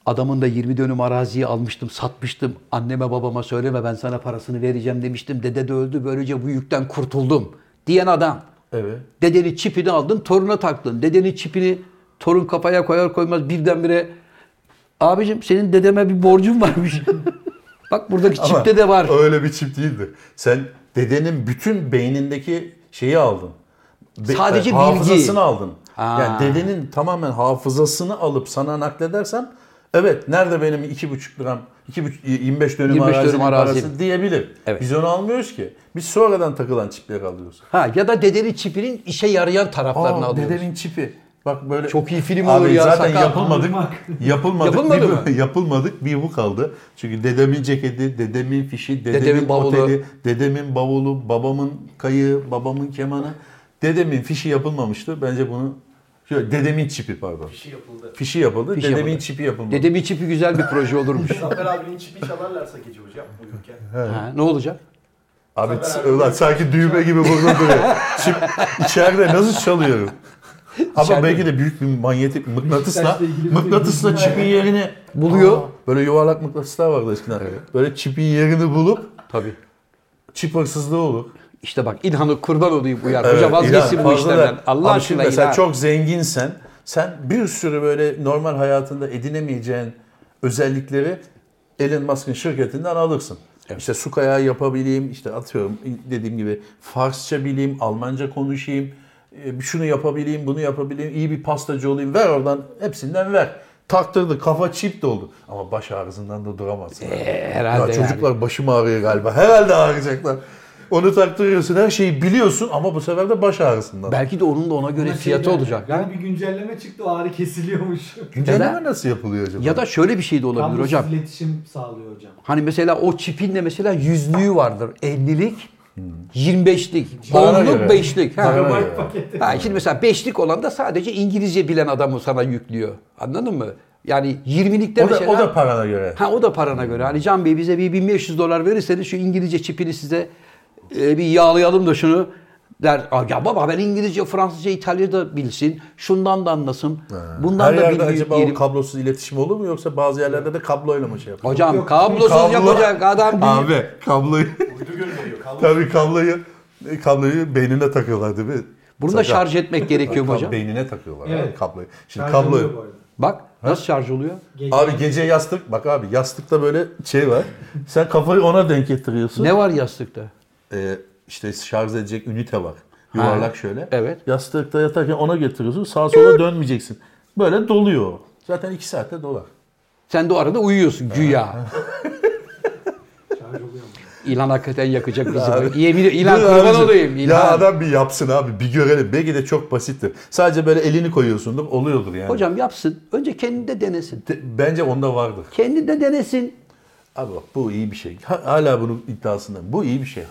B: Adamın da 20 dönüm araziyi almıştım, satmıştım. Anneme babama söyleme ben sana parasını vereceğim demiştim. Dede de öldü böylece bu yükten kurtuldum diyen adam.
D: Evet.
B: Dedenin çipini aldın toruna taktın. Dedenin çipini torun kafaya koyar koymaz birdenbire abicim senin dedeme bir borcun varmış. Bak buradaki
D: Ama
B: çipte de var.
D: Öyle bir çip değildi. Sen dedenin bütün beynindeki şeyi aldın. Be- e,
B: Sadece bilgi.
D: Hafızasını aldın.
B: Aa.
D: Yani dedenin tamamen hafızasını alıp sana nakledersem evet nerede benim 2,5 gram 2,5 25 dönüm
B: 25
D: arazinin
B: dönüm arazi.
D: parası diyebilir.
B: Evet.
D: Biz onu almıyoruz ki. Biz sonradan takılan çipleri alıyoruz.
B: Ha ya da dedenin çipinin işe yarayan taraflarını
D: Aa,
B: alıyoruz.
D: dedemin çipi. Bak böyle
B: Çok iyi film
D: Abi
B: olur ya,
D: Zaten
B: sakal.
D: yapılmadık. Yapılmadık.
B: Yapılmadı
D: bir,
B: mı?
D: Yapılmadık. Bir bu kaldı. Çünkü dedemin ceketi, dedemin fişi, dedemin,
B: Dedemin bavulu.
D: oteli, dedemin bavulu, babamın kayığı, babamın kemanı. Dedemin fişi yapılmamıştı. Bence bunu şöyle dedemin çipi pardon.
G: Bir şey yapıldı.
D: Fişi yapıldı.
B: Fişi
D: dedemin
B: yapıldı.
D: çipi yapılmadı.
B: Dedemin çipi güzel bir proje olurmuş.
G: Zafer abinin çipi çalarlarsa gece hocam uyurken.
B: ha, ne olacak?
D: Abi s- ulan sanki düğme gibi burada duruyor. Çip içeride nasıl çalıyorum? Ama
B: İçeride
D: belki de büyük bir manyetik mıknatısla
F: İşte ilgili bir-
D: mıknatısla çipin yerini
B: Buluyor.
D: Böyle yuvarlak mıknatıslar vardı eskiden. Böyle çipin yerini bulup
B: Tabii.
D: çip hırsızlığı olur.
B: İşte bak İlhan'ı kurban olayım uyar.
D: Evet,
B: Hocam vazgeçsin
D: İlhan,
B: bu
D: fazla
B: işlerden.
D: da-
B: Allah
D: Abi şimdi
B: aşkına
D: Mesela
B: İlhan.
D: çok zenginsen sen bir sürü böyle normal hayatında edinemeyeceğin özellikleri Elon Musk'ın şirketinden alırsın. İşte su kayağı yapabileyim, işte atıyorum dediğim gibi Farsça bileyim, Almanca konuşayım, e, şunu yapabileyim, bunu yapabileyim, iyi bir pastacı olayım. Ver oradan hepsinden ver. Taktırdı kafa çip doldu. Ama baş ağrısından da duramazsın.
B: Ee, E, herhalde
D: ya çocuklar başım ağrıyor galiba. Herhalde ağrıyacaklar. Onu taktırıyorsun her şeyi biliyorsun ama bu sefer de baş ağrısından.
B: Belki de onun da ona göre
F: Ona şey
B: Hani fiyatı
F: geldi.
B: olacak.
F: Yani bir güncelleme çıktı o ağrı kesiliyormuş.
D: Güncelleme nasıl yapılıyor acaba?
B: Ya da şöyle bir şey de olabilir
F: Kablosuz
B: hocam.
F: iletişim sağlıyor hocam.
B: Hani mesela o çipin de mesela yüzlüğü vardır. 50'lik, 25'lik,
D: Parana
B: 10'luk,
D: göre.
B: 5'lik. Ha.
D: Parana göre.
B: Ha, şimdi mesela 5'lik olan da sadece İngilizce bilen adamı sana yüklüyor. Anladın mı? Yani 20'likte
D: o da,
B: mesela...
D: o da parana göre.
B: Ha o da parana göre. Hani Can Bey bize bir 1500 dolar verirseniz şu İngilizce çipini size e, bir yağlayalım da şunu der. "Aa, Ya baba ben İngilizce, Fransızca, İtalya da bilsin. Şundan da anlasın. Bundan
D: her
B: da
D: yerde
B: bilmiyor
D: acaba o
B: diyelim.
D: kablosuz iletişim olur mu yoksa bazı yerlerde de kabloyla mı şey yapıyor?
B: Hocam
F: Yok,
B: kablosuz
D: kablo-
B: yapacak adam değil.
D: Abi kabloyu
G: Uydu gönderiyor. Kablo
D: tabii kabloyu kabloyu beynine takıyorlar değil mi?
B: Bunu da
D: Sakat.
B: şarj etmek gerekiyor mu
D: Kab-
B: hocam?
D: Beynine takıyorlar
F: Evet.
D: abi kabloyu. Şimdi
F: Şarj oluyor bu
D: kabloyu
F: arada.
B: Bak nasıl şarj oluyor?
F: Gece-
D: Abi gece yastık bak abi yastıkta böyle şey var. Sen kafayı ona denk getiriyorsun.
B: Ne var yastıkta?
D: Ee, işte şarj edecek ünite var. Yuvarlak şöyle.
B: Evet.
D: Yastıkta yatarken ona getiriyorsun. Sağa sola dönmeyeceksin. Böyle doluyor. o. Zaten 2 saatte dolar.
B: Sen de o arada uyuyorsun güya.
F: Şarj oluyor mu?
B: İlan hakikaten yakacak bizi. Yemin İlan
D: Dur
B: kurban
D: abicim.
B: olayım. İlan.
D: Ya adam bir yapsın abi bir görelim. Belki de çok basittir. Sadece böyle elini koyuyorsundur oluyordur yani.
B: Hocam yapsın. Önce kendi de denesin.
D: Te- Bence onda vardır.
B: Kendi de denesin.
D: Abi bak bu iyi bir şey. Ha- Hala bunun iddiasında. Bu iyi bir şey.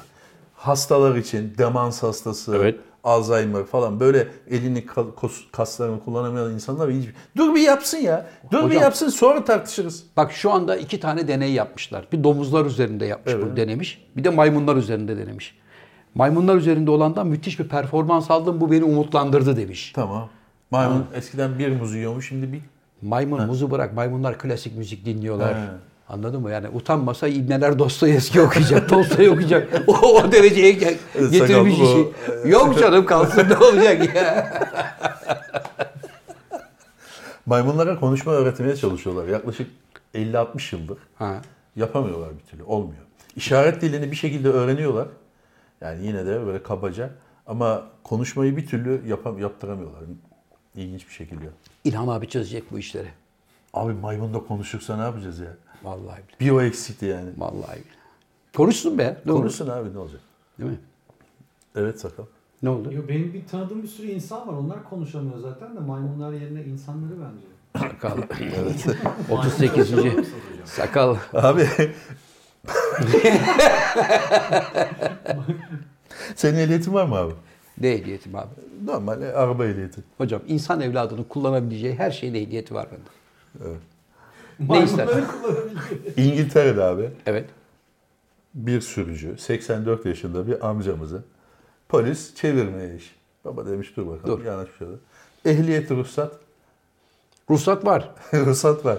D: Hastalar için demans hastası,
B: Evet.
D: Alzheimer falan böyle elini ka- kos- kaslarını kullanamayan insanlar iyi. bir- şey. Dur bir yapsın ya. Dur bir
B: Hocam-
D: yapsın sonra tartışırız.
B: Bak şu anda iki tane deney yapmışlar. Bir domuzlar üzerinde yapmış bunu denemiş. Bir de maymunlar üzerinde denemiş. Maymunlar üzerinde olandan müthiş bir performans aldım. Bu beni umutlandırdı demiş.
D: Tamam. Maymun eskiden bir muz yiyormuş şimdi bir
B: Maymun muzu bırak. Maymunlar klasik müzik dinliyorlar. Anladın mı? Yani utanmasa İbneler Dostoyevski okuyacak, Tolstoy okuyacak. O, o dereceye ge-
D: Sakallı
B: getirmiş
D: bu.
B: işi. Yok canım kalsın ne olacak ya.
D: maymunlara konuşma öğretmeye çalışıyorlar. Yaklaşık 50-60 yıldır.
B: Ha.
D: Yapamıyorlar bir türlü. Olmuyor. İşaret dilini bir şekilde öğreniyorlar. Yani yine de böyle kabaca ama konuşmayı bir türlü yapam yaptıramıyorlar. İlginç bir şekilde.
B: İlhan abi çözecek bu işleri.
D: Abi maymunla konuşursa ne yapacağız ya?
B: Vallahi bile.
D: Bir o eksikti yani.
B: Vallahi bile. Konuşsun be. Ne olur.
D: Konuşsun abi ne olacak?
B: Değil mi?
D: Evet sakal.
B: Ne oldu?
F: Yo, benim bir tanıdığım bir sürü insan var. Onlar konuşamıyor zaten de maymunlar yerine insanları bence.
B: Sakal. 38. Sakal.
D: Abi Senin ehliyetin var mı abi?
B: Ne ehliyetim abi?
D: Normal e, araba ehliyeti.
B: Hocam insan evladının kullanabileceği her şeyin ehliyeti var bende. Ne ister?
F: Maymunları kullanabiliyor.
D: İngiltere'de abi
B: Evet.
D: bir sürücü 84 yaşında bir amcamızı polis çevirmeye iş. Baba demiş dur bakalım
B: Dur.
D: yanlış bir şey oldu. Ehliyet ruhsat.
B: Ruhsat var.
D: ruhsat var.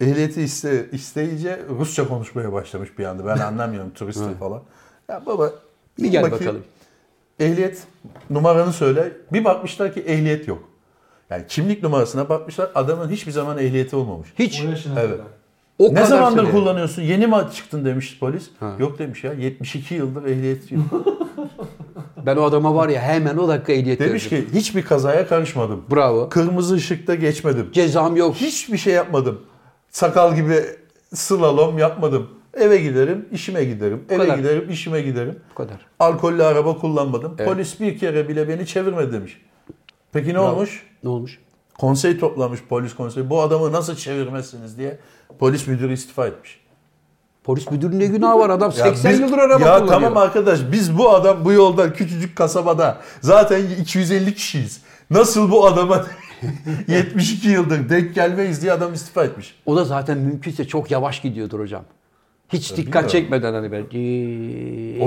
D: Ehliyeti iste, isteyince Rusça konuşmaya başlamış bir anda. Ben anlamıyorum turistim falan. Ya baba
B: Bir gel
D: bakayım.
B: bakalım.
D: Ehliyet numaranı söyle. Bir bakmışlar ki ehliyet yok. Yani kimlik numarasına bakmışlar. Adamın hiçbir zaman ehliyeti olmamış.
B: Hiç.
F: O yaşına
D: Evet.
F: kadar.
B: O
D: ne
B: kadar
D: zamandır
B: sene.
D: kullanıyorsun? Yeni mi çıktın demiş polis. Yok demiş ya. 72 yıldır ehliyet yok.
B: Ben o adama var ya hemen o dakika ehliyet
D: demiş
B: verdim.
D: ki hiçbir kazaya karışmadım.
B: Bravo.
D: Kırmızı ışıkta geçmedim.
B: Cezam yok.
D: Hiçbir şey yapmadım. Sakal gibi slalom yapmadım. Eve giderim, işime giderim. Eve
B: kadar.
D: giderim, işime giderim.
B: Bu kadar.
D: Alkollü araba kullanmadım. Polis bir kere bile beni çevirmedi demiş. Peki ne olmuş?
B: Ne olmuş?
D: Konsey toplamış polis konseyi. Bu adamı nasıl çevirmezsiniz diye polis müdürü istifa etmiş.
B: Polis müdürünün ne günahı var? Adam
D: Ya
B: 80
D: biz-
B: yıldır araba
D: Ya
B: kullanıyor.
D: tamam arkadaş biz bu adam bu yoldan küçücük kasabada zaten 250 kişiyiz. Nasıl bu adama 72 yıldır denk gelmeyiz diye adam istifa etmiş.
B: O da zaten mümkünse çok yavaş gidiyordur hocam. Hiç dikkat
D: bilmiyorum.
B: çekmeden hani ben.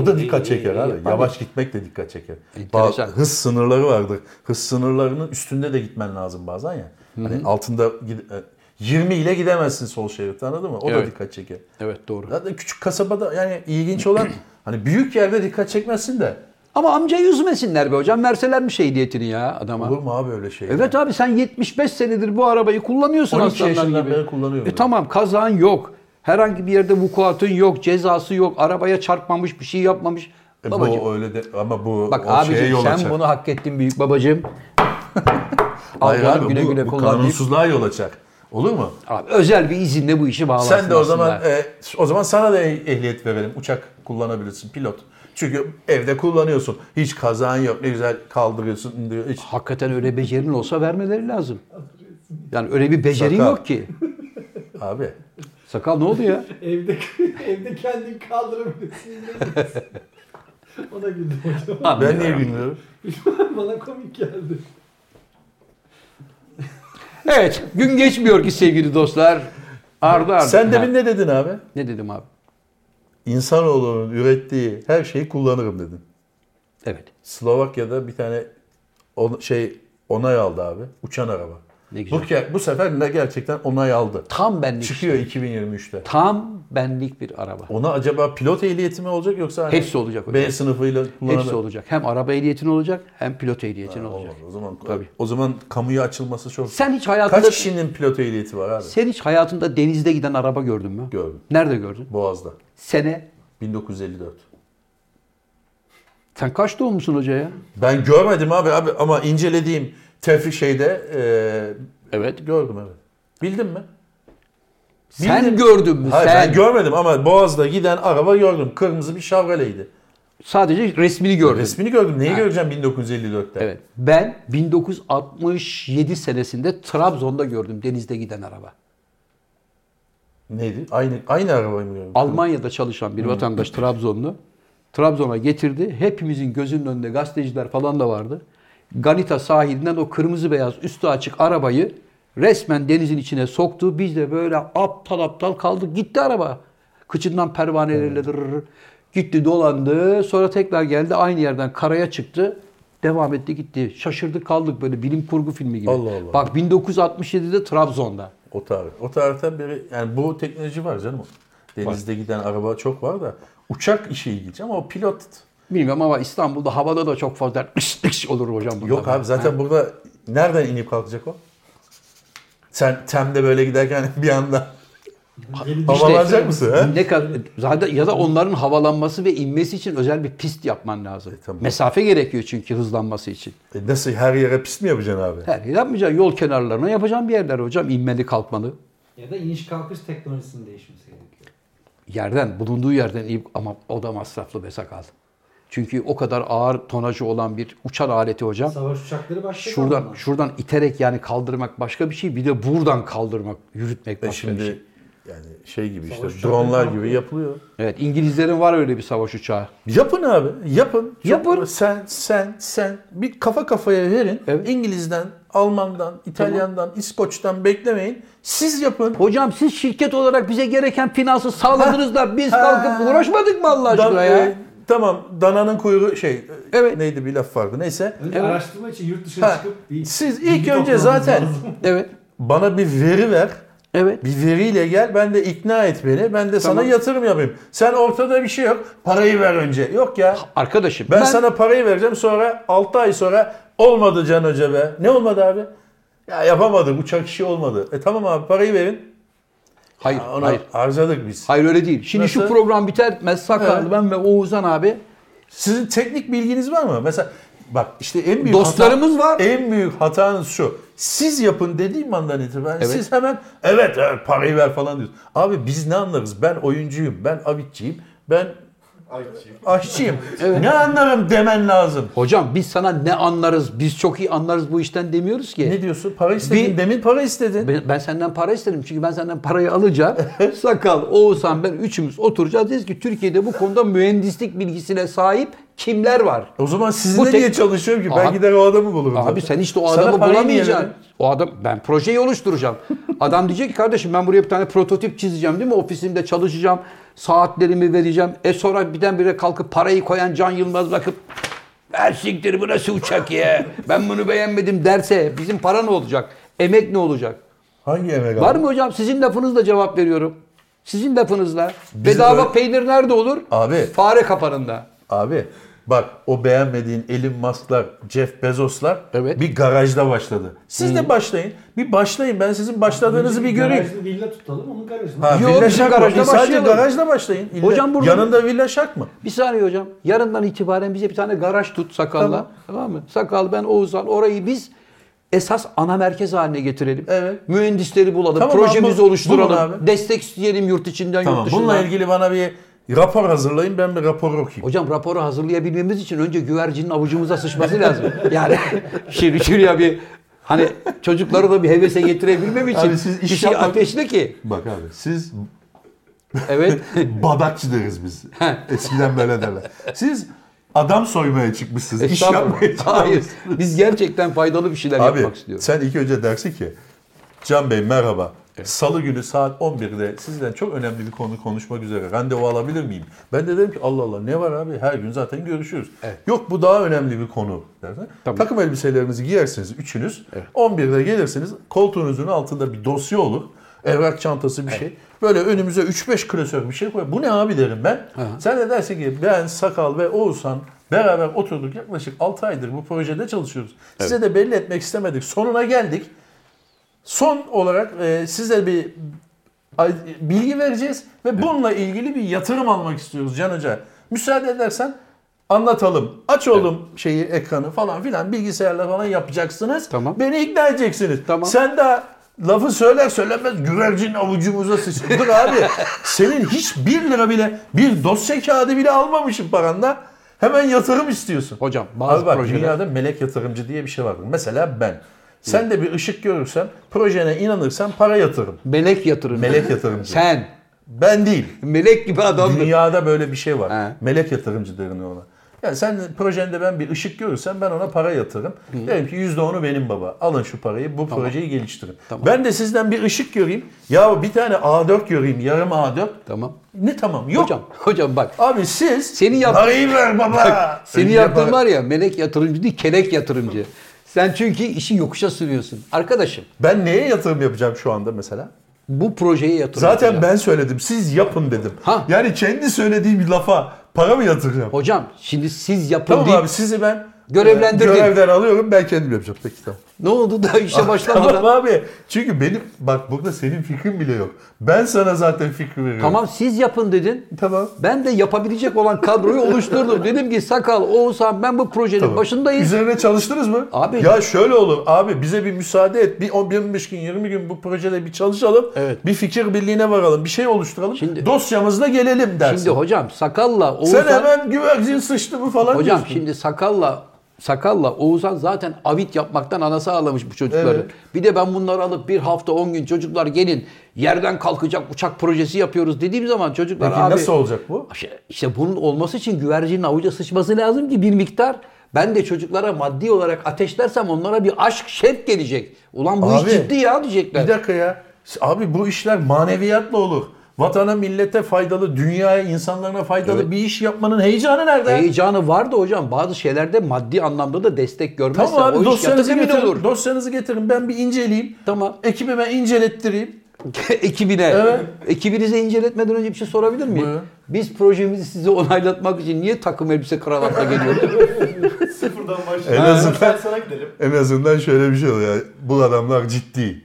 D: O da dikkat çeker abi. Yavaş gitmek de dikkat çeker.
B: Enteresan.
D: Ba- hız sınırları vardır. Hız sınırlarının üstünde de gitmen lazım bazen ya. Hani altında gid- e, 20 ile gidemezsin sol şeritte anladın mı? O
B: Evet.
D: da dikkat çeker.
B: Evet doğru.
D: Zaten küçük kasabada yani ilginç olan hani büyük yerde dikkat çekmezsin de.
B: Ama amcayı üzmesinler be hocam. Verseler mi şey ehliyetini ya adama?
D: Olur mu abi öyle şey? ya?
B: Evet abi sen 75 senedir bu arabayı kullanıyorsun
D: 12
B: aslanlar
D: yaşından
B: gibi.
D: beri kullanıyorum.
B: E tamam kazan yok. Herhangi bir yerde vukuatın yok, cezası yok, arabaya çarpmamış, bir şey yapmamış.
D: E,
B: Babacım.
D: bu öyle de ama bu
B: Bak
D: o şeye
B: abicim
D: yol
B: sen
D: açar.
B: bunu hak ettin büyük babacığım.
D: Hayır
B: Allah
D: abi,
B: güle
D: bu,
B: güle
D: bu
B: kullan deyip-
D: kanunsuzluğa yol açar. Olur mu?
B: Abi özel bir izinle bu işi bağlansın
D: Sen de o
B: aslında.
D: zaman e, o zaman sana da eh- ehliyet verelim. Uçak kullanabilirsin pilot. Çünkü evde kullanıyorsun. Hiç kazan yok. Ne güzel kaldırıyorsun diyor. Hiç
B: Hakikaten öyle becerinin olsa vermeleri lazım. Yani öyle bir becerin
D: Sakal.
B: yok ki.
D: abi.
B: Sakal ne oldu ya?
F: Evde, evde kendini kaldırabilirsin. o da güldü hocam.
D: Ben niye bilmiyorum?
F: Bana komik geldi.
B: Evet gün geçmiyor ki sevgili dostlar. Ardı ardı.
D: Sen
B: Ha,
D: demin ne dedin abi?
B: Ne dedim abi?
D: İnsanoğlunun ürettiği her şeyi kullanırım dedin.
B: Evet.
D: Slovakya'da bir tane on- şey onay aldı abi. Uçan araba.
B: Ne
D: Bu,
B: güzel.
D: ke- bu sefer ne gerçekten onay aldı.
B: Tam benlik. şey.
D: Çıkıyor 2023'te.
B: Tam benlik bir araba.
D: Ona acaba pilot ehliyeti mi olacak yoksa hani
B: Hepsi olacak hocam.
D: B sınıfıyla kullanılır.
B: Hepsi olacak. Hem araba ehliyetin olacak hem pilot ehliyetin olacak.
D: O zaman
B: Tabii.
D: o zaman kamuya açılması çok.
B: Sen hiç hayatında
D: Kaç kişinin pilot ehliyeti var abi?
B: sen hiç hayatında denizde giden araba gördün mü?
D: Gördüm.
B: Nerede gördün?
D: Boğaz'da.
B: Sene.
D: 1954.
B: Sen kaç doğumlusun hoca ya?
D: Ben görmedim abi abi ama incelediğim tefri şeyde
B: Evet.
D: e, gördüm evet. Bildin mi?
B: Sen
D: Bildim.
B: gördün mü?
D: Hayır
B: sen
D: ben görmedim ama Boğaz'da giden araba gördüm. Kırmızı bir Chevrolet'ydi.
B: sadece resmini gördün.
D: Resmini gördüm. Neyi göreceğim 1954'te?
B: Evet. Ben 1967 senesinde Trabzon'da gördüm denizde giden araba.
D: Neydi? Aynı aynı arabayı mı gördüm?
B: Almanya'da çalışan bir vatandaş Trabzonlu. Trabzon'a getirdi. Hepimizin gözünün önünde gazeteciler falan da vardı. Ganita sahilinden o kırmızı beyaz üstü açık arabayı resmen denizin içine soktu. Biz de böyle aptal aptal kaldık. Gitti araba. Kıçından pervaneleriyle dırırır. Gitti dolandı. Sonra tekrar geldi. Aynı yerden karaya çıktı. Devam etti gitti. Şaşırdık kaldık böyle bilim kurgu filmi gibi.
D: Allah Allah.
B: Bak 1967'de Trabzon'da.
D: O tarih. O tarihten beri yani bu teknoloji var canım. Denizde giden araba çok var da uçak işi ilginç ama o pilot
B: Bilmiyorum ama İstanbul'da havada da çok fazla ış ış olur hocam. bunlar.
D: yok abi zaten burada nereden inip kalkacak o? Sen Tem'de böyle giderken bir anda havalanacak mısın? He?
B: Ne kadar zaten ya da onların havalanması ve inmesi için özel bir pist yapman lazım.
D: E, tamam.
B: Mesafe gerekiyor çünkü hızlanması için.
D: E nasıl her yere pist mi yapacaksın abi? E,
B: Her yer yapmayacaksın. Yol kenarlarına yapacaksın bir yerler hocam. inmeli kalkmalı.
F: Ya da iniş kalkış teknolojisinin değişmesi gerekiyor.
B: Yerden, bulunduğu yerden inip ama o da masraflı be sakal. Çünkü o kadar ağır tonajı olan bir uçan aleti hocam.
F: Savaş uçakları başlayacak.
B: Şuradan
F: ondan.
B: şuradan iterek yani kaldırmak başka bir şey. Bir de buradan kaldırmak, yürütmek
D: E
B: başka bir şey.
D: şimdi yani şey gibi işte
F: Savaş uçakları
D: dronlar
F: ne
D: gibi yapılıyor.
B: Evet İngilizlerin var öyle bir savaş uçağı.
D: Yapın abi, yapın. Çok-
B: Yapın.
D: Sen, sen, sen bir kafa kafaya verin.
B: Evet.
D: İngiliz'den, Alman'dan, İtalyan'dan, İskoç'tan beklemeyin. Siz yapın.
B: Hocam siz şirket olarak bize gereken finansı sağladınız da biz kalkıp
D: Ha.
B: uğraşmadık mı Allah aşkına
D: Dan-
B: ya?
D: e, tamam, dananın kuyruğu şey, e,
B: Evet.
D: neydi bir laf vardı. Neyse.
F: Önce
B: Evet.
F: araştırma için yurt dışına
D: Ha,
F: çıkıp bir
D: siz
F: bilgi
D: ilk önce
F: toplamamız
D: zaten-
F: lazım.
B: Evet.
D: Bana bir veri ver.
B: Evet.
D: Bir veriyle gel, ben de ikna et beni. Ben de sana
B: Tamam.
D: yatırım yapayım. Sen ortada bir şey yok. Parayı ver önce. Yok ya.
B: Arkadaşım
D: Ben, sana parayı vereceğim sonra 6 ay sonra olmadı Can Hoca be. Ne olmadı abi? Ya yapamadım uçak işi olmadı. E tamam abi parayı verin.
B: hayır
D: Ya Ona
B: hayır.
D: harcadık biz.
B: Hayır öyle değil. Şimdi şu
D: Nasıl?
B: program biter bitmez Sakal
D: Evet.
B: ben ve Oğuzhan abi
D: Sizin teknik bilginiz var mı? Mesela bak işte en büyük
B: dostlarımız var.
D: hata- en büyük hatanız şu. Siz yapın dediğim andan itibaren
B: Evet.
D: siz hemen evet, evet parayı ver falan diyorsunuz. Abi biz ne anlarız? Ben oyuncuyum, ben avitçiyim, ben
G: Ayçi.
D: aşçıyım. Ne anlarım demen lazım.
B: Hocam biz sana ne anlarız? Biz çok iyi anlarız bu işten demiyoruz ki.
D: Ne diyorsun? Para istedin,
B: Bir-
D: demin para istedin.
B: Ben, ben senden para isterim çünkü ben senden parayı alacağım. Sakal, Oğuzhan ben üçümüz oturacağız. Diyeceğiz ki Türkiye'de bu konuda mühendislik bilgisine sahip kimler var?
D: O zaman
B: Bu
D: sizinle
B: tek-
D: niye çalışıyorum ki?
B: Abi-
D: ben gider o adamı bulurum.
B: Abi
D: zaten.
B: sen işte o
D: Sana
B: adamı
D: parayı niye
B: bulamayacaksın.
D: veririm?
B: O adam ben projeyi oluşturacağım. adam diyecek ki kardeşim ben buraya bir tane prototip çizeceğim değil mi? Ofisimde çalışacağım. Saatlerimi vereceğim. E sonra birdenbire kalkıp parayı koyan Can Yılmaz bakıp ver siktir bu nasıl uçak ya? Ben bunu beğenmedim derse bizim para ne olacak? Emek ne olacak?
D: Hangi emek
B: Var
D: abi?
B: mı hocam? Sizin lafınızla cevap veriyorum. Sizin lafınızla.
D: Biz
B: Bedava
D: öyle-
B: peynir nerede olur?
D: Abi.
B: Fare kapanında.
D: Abi Bak o beğenmediğin Elon Musk'lar, Jeff Bezos'lar
B: Evet.
D: bir garajda başladı. Siz de başlayın. Bir başlayın. Ben sizin başladığınızı bir göreyim.
F: Garajlı villa tutalım onun garajını.
D: Ha,
B: Yok,
D: villa
B: bizim
D: şak mı?
B: garajda
D: E, Sadece
B: başlayalım.
D: garajda başlayın. İlla-
B: Hocam burada-
D: Yanında villa şak mı?
B: Bir saniye hocam. Yarından itibaren bize bir tane garaj tut sakalla. Tamam, mı? Sakal ben Oğuzhan orayı biz esas ana merkez haline getirelim.
D: Evet.
B: Mühendisleri bulalım.
D: Tamam,
B: projemizi
D: abi, bu-
B: oluşturalım.
D: bulun abi.
B: Destek isteyelim yurt içinden
D: Tamam.
B: yurt dışından.
D: Bununla ilgili bana bir rapor hazırlayın. Ben bir rapor okuyayım.
B: Hocam raporu hazırlayabilmemiz için önce güvercinin avucumuza sıçması lazım. Yani şimdi şuraya bir hani çocukları da bir hevese getirebilmem için
D: Abi siz
B: bir
D: iş
B: şey
D: yapmak-
B: ateşli ki.
D: Bak abi siz
B: Evet.
D: badakçı deriz biz. Eskiden böyle derler. Siz adam soymaya çıkmışsınız. iş
B: Estağfurullah.
D: yapmaya çıkmışsınız.
B: Hayır. Biz gerçekten faydalı bir şeyler
D: Abi
B: yapmak istiyoruz.
D: sen ilk önce dersin ki Can Bey merhaba. Salı günü saat 11'de sizden çok önemli bir konu konuşmak üzere randevu alabilir miyim? Ben de dedim ki Allah Allah ne var abi her gün zaten görüşüyoruz. Yok bu daha önemli bir konu dersen. Takım elbiselerinizi giyersiniz üçünüz. 11'de gelirsiniz koltuğunuzun altında bir dosya olur. Evrak çantası bir şey. Böyle önümüze 3-5 klasör bir şey koy. Bu ne abi derim ben. Sen de dersin ki ben Sakal ve Oğuzhan Beraber oturduk yaklaşık 6 aydır bu projede çalışıyoruz. Size de belli etmek istemedik. Sonuna geldik. Son olarak e, size bir ay- bilgi vereceğiz ve bununla ilgili bir yatırım almak istiyoruz Can Hoca. Müsaade edersen anlatalım. Aç oğlum şeyi ekranı falan filan bilgisayarla falan yapacaksınız.
B: Tamam.
D: Beni ikna edeceksiniz.
B: Tamam.
D: Sen daha lafı söyler söylemez güvercin avucumuza sıçradık abi. Senin hiç bir lira bile bir dosya kağıdı bile almamışım paranda. Hemen yatırım istiyorsun.
B: Hocam bazı
D: Abi bak
B: projeler...
D: dünyada melek yatırımcı diye bir şey vardır. Mesela ben. Sen de bir ışık görürsen, projene inanırsan para yatırım.
B: Melek yatırım.
D: Melek yatırımcı.
B: Sen.
D: Ben değil.
B: Melek gibi adamdın.
D: Dünyada böyle bir şey var.
B: He.
D: Melek yatırımcı derim ona. Yani sen projende ben bir ışık görürsem ben ona para yatırım. Derim ki %10'u benim baba. Alın şu parayı bu projeyi geliştirin. Ben de sizden bir ışık göreyim. Ya bir tane A4 göreyim. Yarım A4.
B: Tamam.
D: Ne tamam? Yok.
B: Hocam, hocam bak.
D: Abi siz
B: Seni yap-
D: parayı ver baba.
B: Seni
D: Önce
B: yaptığın
D: para-
B: var ya melek yatırımcı değil kelek yatırımcı. Sen çünkü işi yokuşa sürüyorsun. Arkadaşım
D: Ben neye yatırım yapacağım şu anda mesela?
B: bu projeye yatırım
D: Zaten
B: yapacağım.
D: ben söyledim. Siz yapın dedim.
B: Ha.
D: Yani kendi söylediğim lafa para mı yatıracağım?
B: Hocam şimdi siz yapın
D: Tamam
B: deyip-
D: abi sizi ben
B: Görevlendirdim.
D: e, görevden alıyorum. Ben kendim yapacağım. Peki tamam.
B: ne oldu daha işe başlamadan.
D: Tamam
B: Tamam,
D: abi. Çünkü benim bak burada senin fikrin bile yok. Ben sana zaten fikri veriyorum.
B: siz yapın dedin.
D: Tamam.
B: Ben de yapabilecek olan kadroyu oluşturdum. Dedim ki Sakal, Oğuzhan ben bu projenin
D: Tamam.
B: başındayız.
D: Üzerine çalıştınız mı?
B: Abi-
D: Ya şöyle olur. Abi bize bir müsaade et. Bir 15 gün 20 gün bu projede bir çalışalım.
B: Evet.
D: Bir fikir birliğine varalım. Bir şey oluşturalım.
B: Şimdi-
D: Dosyamızla gelelim dersin.
B: Şimdi hocam Sakal'la Oğuzhan...
D: Sen hemen güvercin sıçtı mı falan
B: Hocam
D: diyorsun.
B: şimdi sakalla sakalla Oğuzhan zaten avit yapmaktan anası ağlamış bu çocukları.
D: Evet.
B: Bir de ben bunları alıp bir hafta 10 gün çocuklar gelin yerden kalkacak uçak projesi yapıyoruz dediğim zaman çocuklar
D: Peki
B: abi
D: nasıl olacak bu?
B: İşte- İşte bunun olması için güvercinin avuca sıçması lazım ki bir miktar ben de çocuklara maddi olarak ateşlersem onlara bir aşk şevk gelecek. Ulan bu
D: Abi,
B: iş ciddi ya diyecekler.
D: Bir dakika ya. Abi bu işler maneviyatla olur. Vatana, millete faydalı, dünyaya, insanlarına faydalı bir iş yapmanın heyecanı nerede?
B: Heyecanı var da hocam bazı şeylerde maddi anlamda da destek görmezsen
D: Tamam abi
B: o iş
D: dosyanızı
B: yatı zemin
D: getirin.
B: olur.
D: Dosyanızı getirin. Ben bir inceleyeyim.
B: Tamam.
D: Ekibime incelettireyim.
B: ekibine. Ekibinize inceletmeden önce bir şey sorabilir miyim?
D: Buyurun.
B: Biz projemizi size onaylatmak için niye takım elbise kravatla geliyoruz?
G: Sıfırdan
D: En
G: başlayalım.
D: azından-
G: Sen sana gidelim.
D: En azından şöyle bir şey oluyor. Bu adamlar ciddi.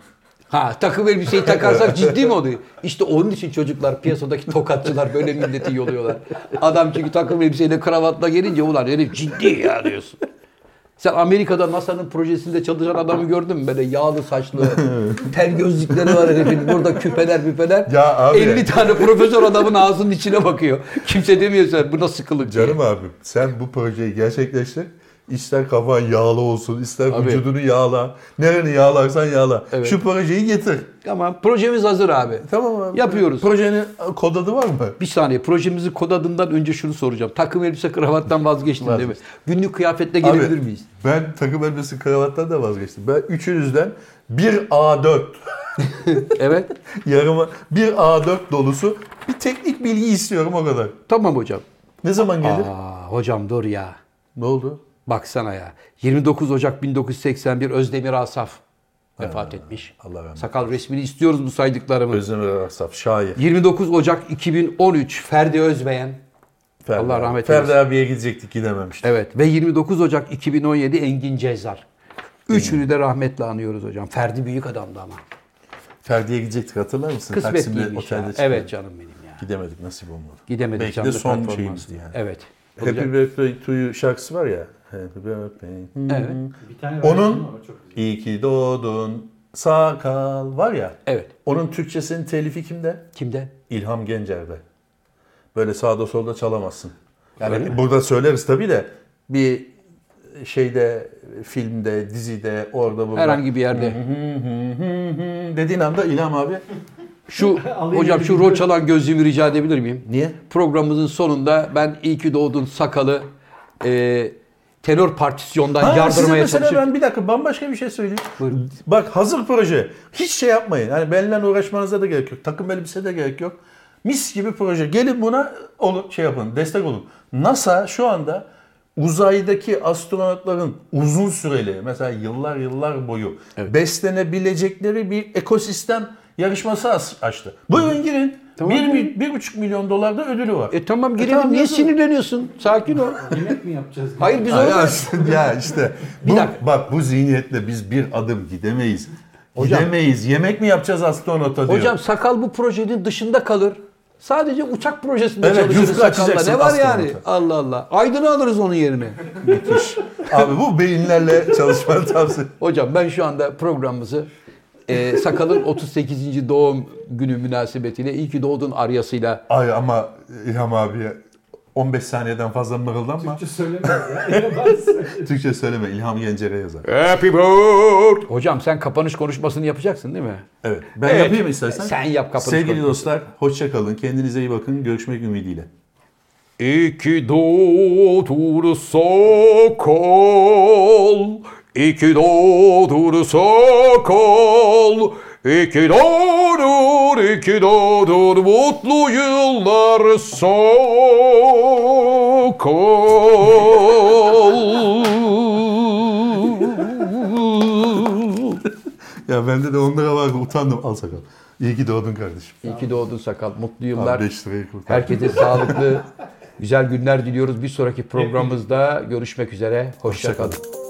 B: ha takım elbiseyi takarsak ciddi mi oluyor? İşte onun için çocuklar piyasadaki tokatçılar böyle milleti yoluyorlar. Adam çünkü takım elbiseyle kravatla gelince ulan herif ciddi ya diyorsun. Sen Amerika'da NASA'nın projesinde çalışan adamı gördün mü? Böyle yağlı saçlı, tel gözlükleri var herifin. Burada küpeler müpeler.
D: Ya abi.
B: 50 tane profesör adamın ağzının içine bakıyor. Kimse demiyor sen bu nasıl kılık diye.
D: Canım abim sen bu projeyi gerçekleştir. İster kafan yağlı olsun, ister
B: Abi.
D: vücudunu yağla. Nereni yağlarsan yağla.
B: Evet.
D: Şu projeyi getir.
B: Tamam projemiz hazır abi.
D: Tamam abi.
B: Yapıyoruz.
D: Projenin kod adı var mı?
B: Bir saniye projemizi kod adından önce şunu soracağım. Takım elbise kravattan vazgeçtin değil mi? Günlük kıyafetle gelebilir
D: Abi,
B: miyiz?
D: Ben takım elbisesi kravattan da vazgeçtim. Ben üçünüzden bir A4
B: Evet.
D: yarıma bir A4 dolusu bir teknik bilgi istiyorum o kadar.
B: Tamam hocam.
D: Ne zaman gelir?
B: Aa, hocam dur ya.
D: Ne oldu?
B: Baksana ya. 29 Ocak 1981 Özdemir Asaf vefat etmiş.
D: Allah rahmet
B: Sakal resmini istiyoruz bu saydıklarımı.
D: Özdemir Arsaf şair.
B: 29 Ocak 2013 Ferdi Özbeyen
D: Ferdi
B: Allah
D: abi.
B: rahmet
D: Ferdi
B: eylesin.
D: abiye gidecektik gidememiştik.
B: Evet ve 29 Ocak 2017 Engin Cezar. Üçünü de rahmetle anıyoruz hocam. Ferdi büyük adamdı ama.
D: Ferdi'ye gidecektik hatırlar mısın? Taksim'de
B: Kısmetliymiş. ya.
D: otelde çıkıyorduk.
B: şey. Evet canım benim ya.
D: Gidemedik nasip olmadı.
B: Gidemedik
D: Belki
B: canlı
D: de son
B: performansı.
D: şeyimizdi yani.
B: Evet.
D: Happy Birthday to You şarkısı var ya. Happy Birthday.
B: Evet.
F: Bir tane
D: Onun-
F: versiyonu var, çok güzel.
D: İyi ki doğdun sakal var ya.
B: Evet.
D: Onun Türkçesinin telifi kimde?
B: Kimde?
D: İlham Gencer'de. Böyle sağda solda çalamazsın. Yani
B: Öyle mi?
D: burada söyleriz tabii de bir şeyde filmde, dizide, orada burada.
B: Herhangi bir yerde.
D: Dediğin anda İlham abi
B: Şu
F: Alayım
B: hocam
F: elini
B: şu rol çalan gözlüğümü rica edebilir miyim?
D: niye?
B: Programımızın sonunda ben iyi ki doğdun sakalı e, tenor partisyondan
D: Ha, size
B: yardırmaya
D: mesela
B: çalışıyorum.
D: ben bir dakika bambaşka bir şey söyleyeyim.
B: Buyurun.
D: Bak hazır proje. Hiç şey yapmayın. Hani benimle uğraşmanıza da gerek yok. Takım elbise de gerek yok. Mis gibi proje. Gelin buna olun, şey yapın. Destek olun. NASA şu anda uzaydaki astronotların uzun süreli mesela yıllar yıllar boyu beslenebilecekleri bir ekosistem yarışması as- açtı. Buyurun girin.
B: Tamam.
D: bir, bir, bir buçuk milyon dolar da ödülü var.
B: E tamam girelim.
D: tamam,
B: Niye
D: yazın.
B: sinirleniyorsun? Sakin ol.
F: Yemek mi yapacağız?
B: Hayır biz
D: Ay,
B: orada.
D: aslında ya işte bu,
B: dakika.
D: bak bu zihniyetle biz bir adım gidemeyiz. gidemeyiz. Yemek mi yapacağız astronota diyor.
B: Hocam sakal bu projenin dışında kalır. Sadece uçak projesinde
D: Evet,
B: çalışırız
D: yufka
B: sakalla.
D: açacaksın
B: Ne var yani?
D: astronota.
B: Allah Allah. Aydın'ı alırız onun yerine.
D: Abi bu beyinlerle çalışmanı tavsiye
B: Hocam ben şu anda programımızı e, Sakal'ın 38. doğum günü münasebetiyle iyi ki doğdun aryasıyla
D: Ay ama İlham abiye 15 saniyeden fazla mırıldanma.
F: Türkçe söylemiyor ya. Yabancı söylüyor.
D: Türkçe söyleme. İlham Gencer'e yazar.
B: Happy birthday. Hocam sen kapanış konuşmasını yapacaksın değil mi?
D: Evet. Ben
B: Evet.
D: yapayım istersen.
B: Sen yap kapanış
D: Sevgili
B: konuşmasını.
D: dostlar hoşça kalın. Kendinize iyi bakın. Görüşmek ümidiyle.
B: İyi ki doğdur Sokol, iyi ki doğdur Sokol, iyi ki doğdur, iyi ki doğdur, mutlu yıllar Sokol.
D: Ya bende de 10 lira vardı. Utandım. Al sakal. İyi ki doğdun kardeşim.
B: İyi ki doğdun sakal, mutlu
D: Abi
B: yıllar.
D: 5 lirayı kurtar.
B: Herkese sağlıklı, güzel günler diliyoruz. Bir sonraki programımızda görüşmek üzere. Hoşça
D: Hoşça kalın.
B: kalın.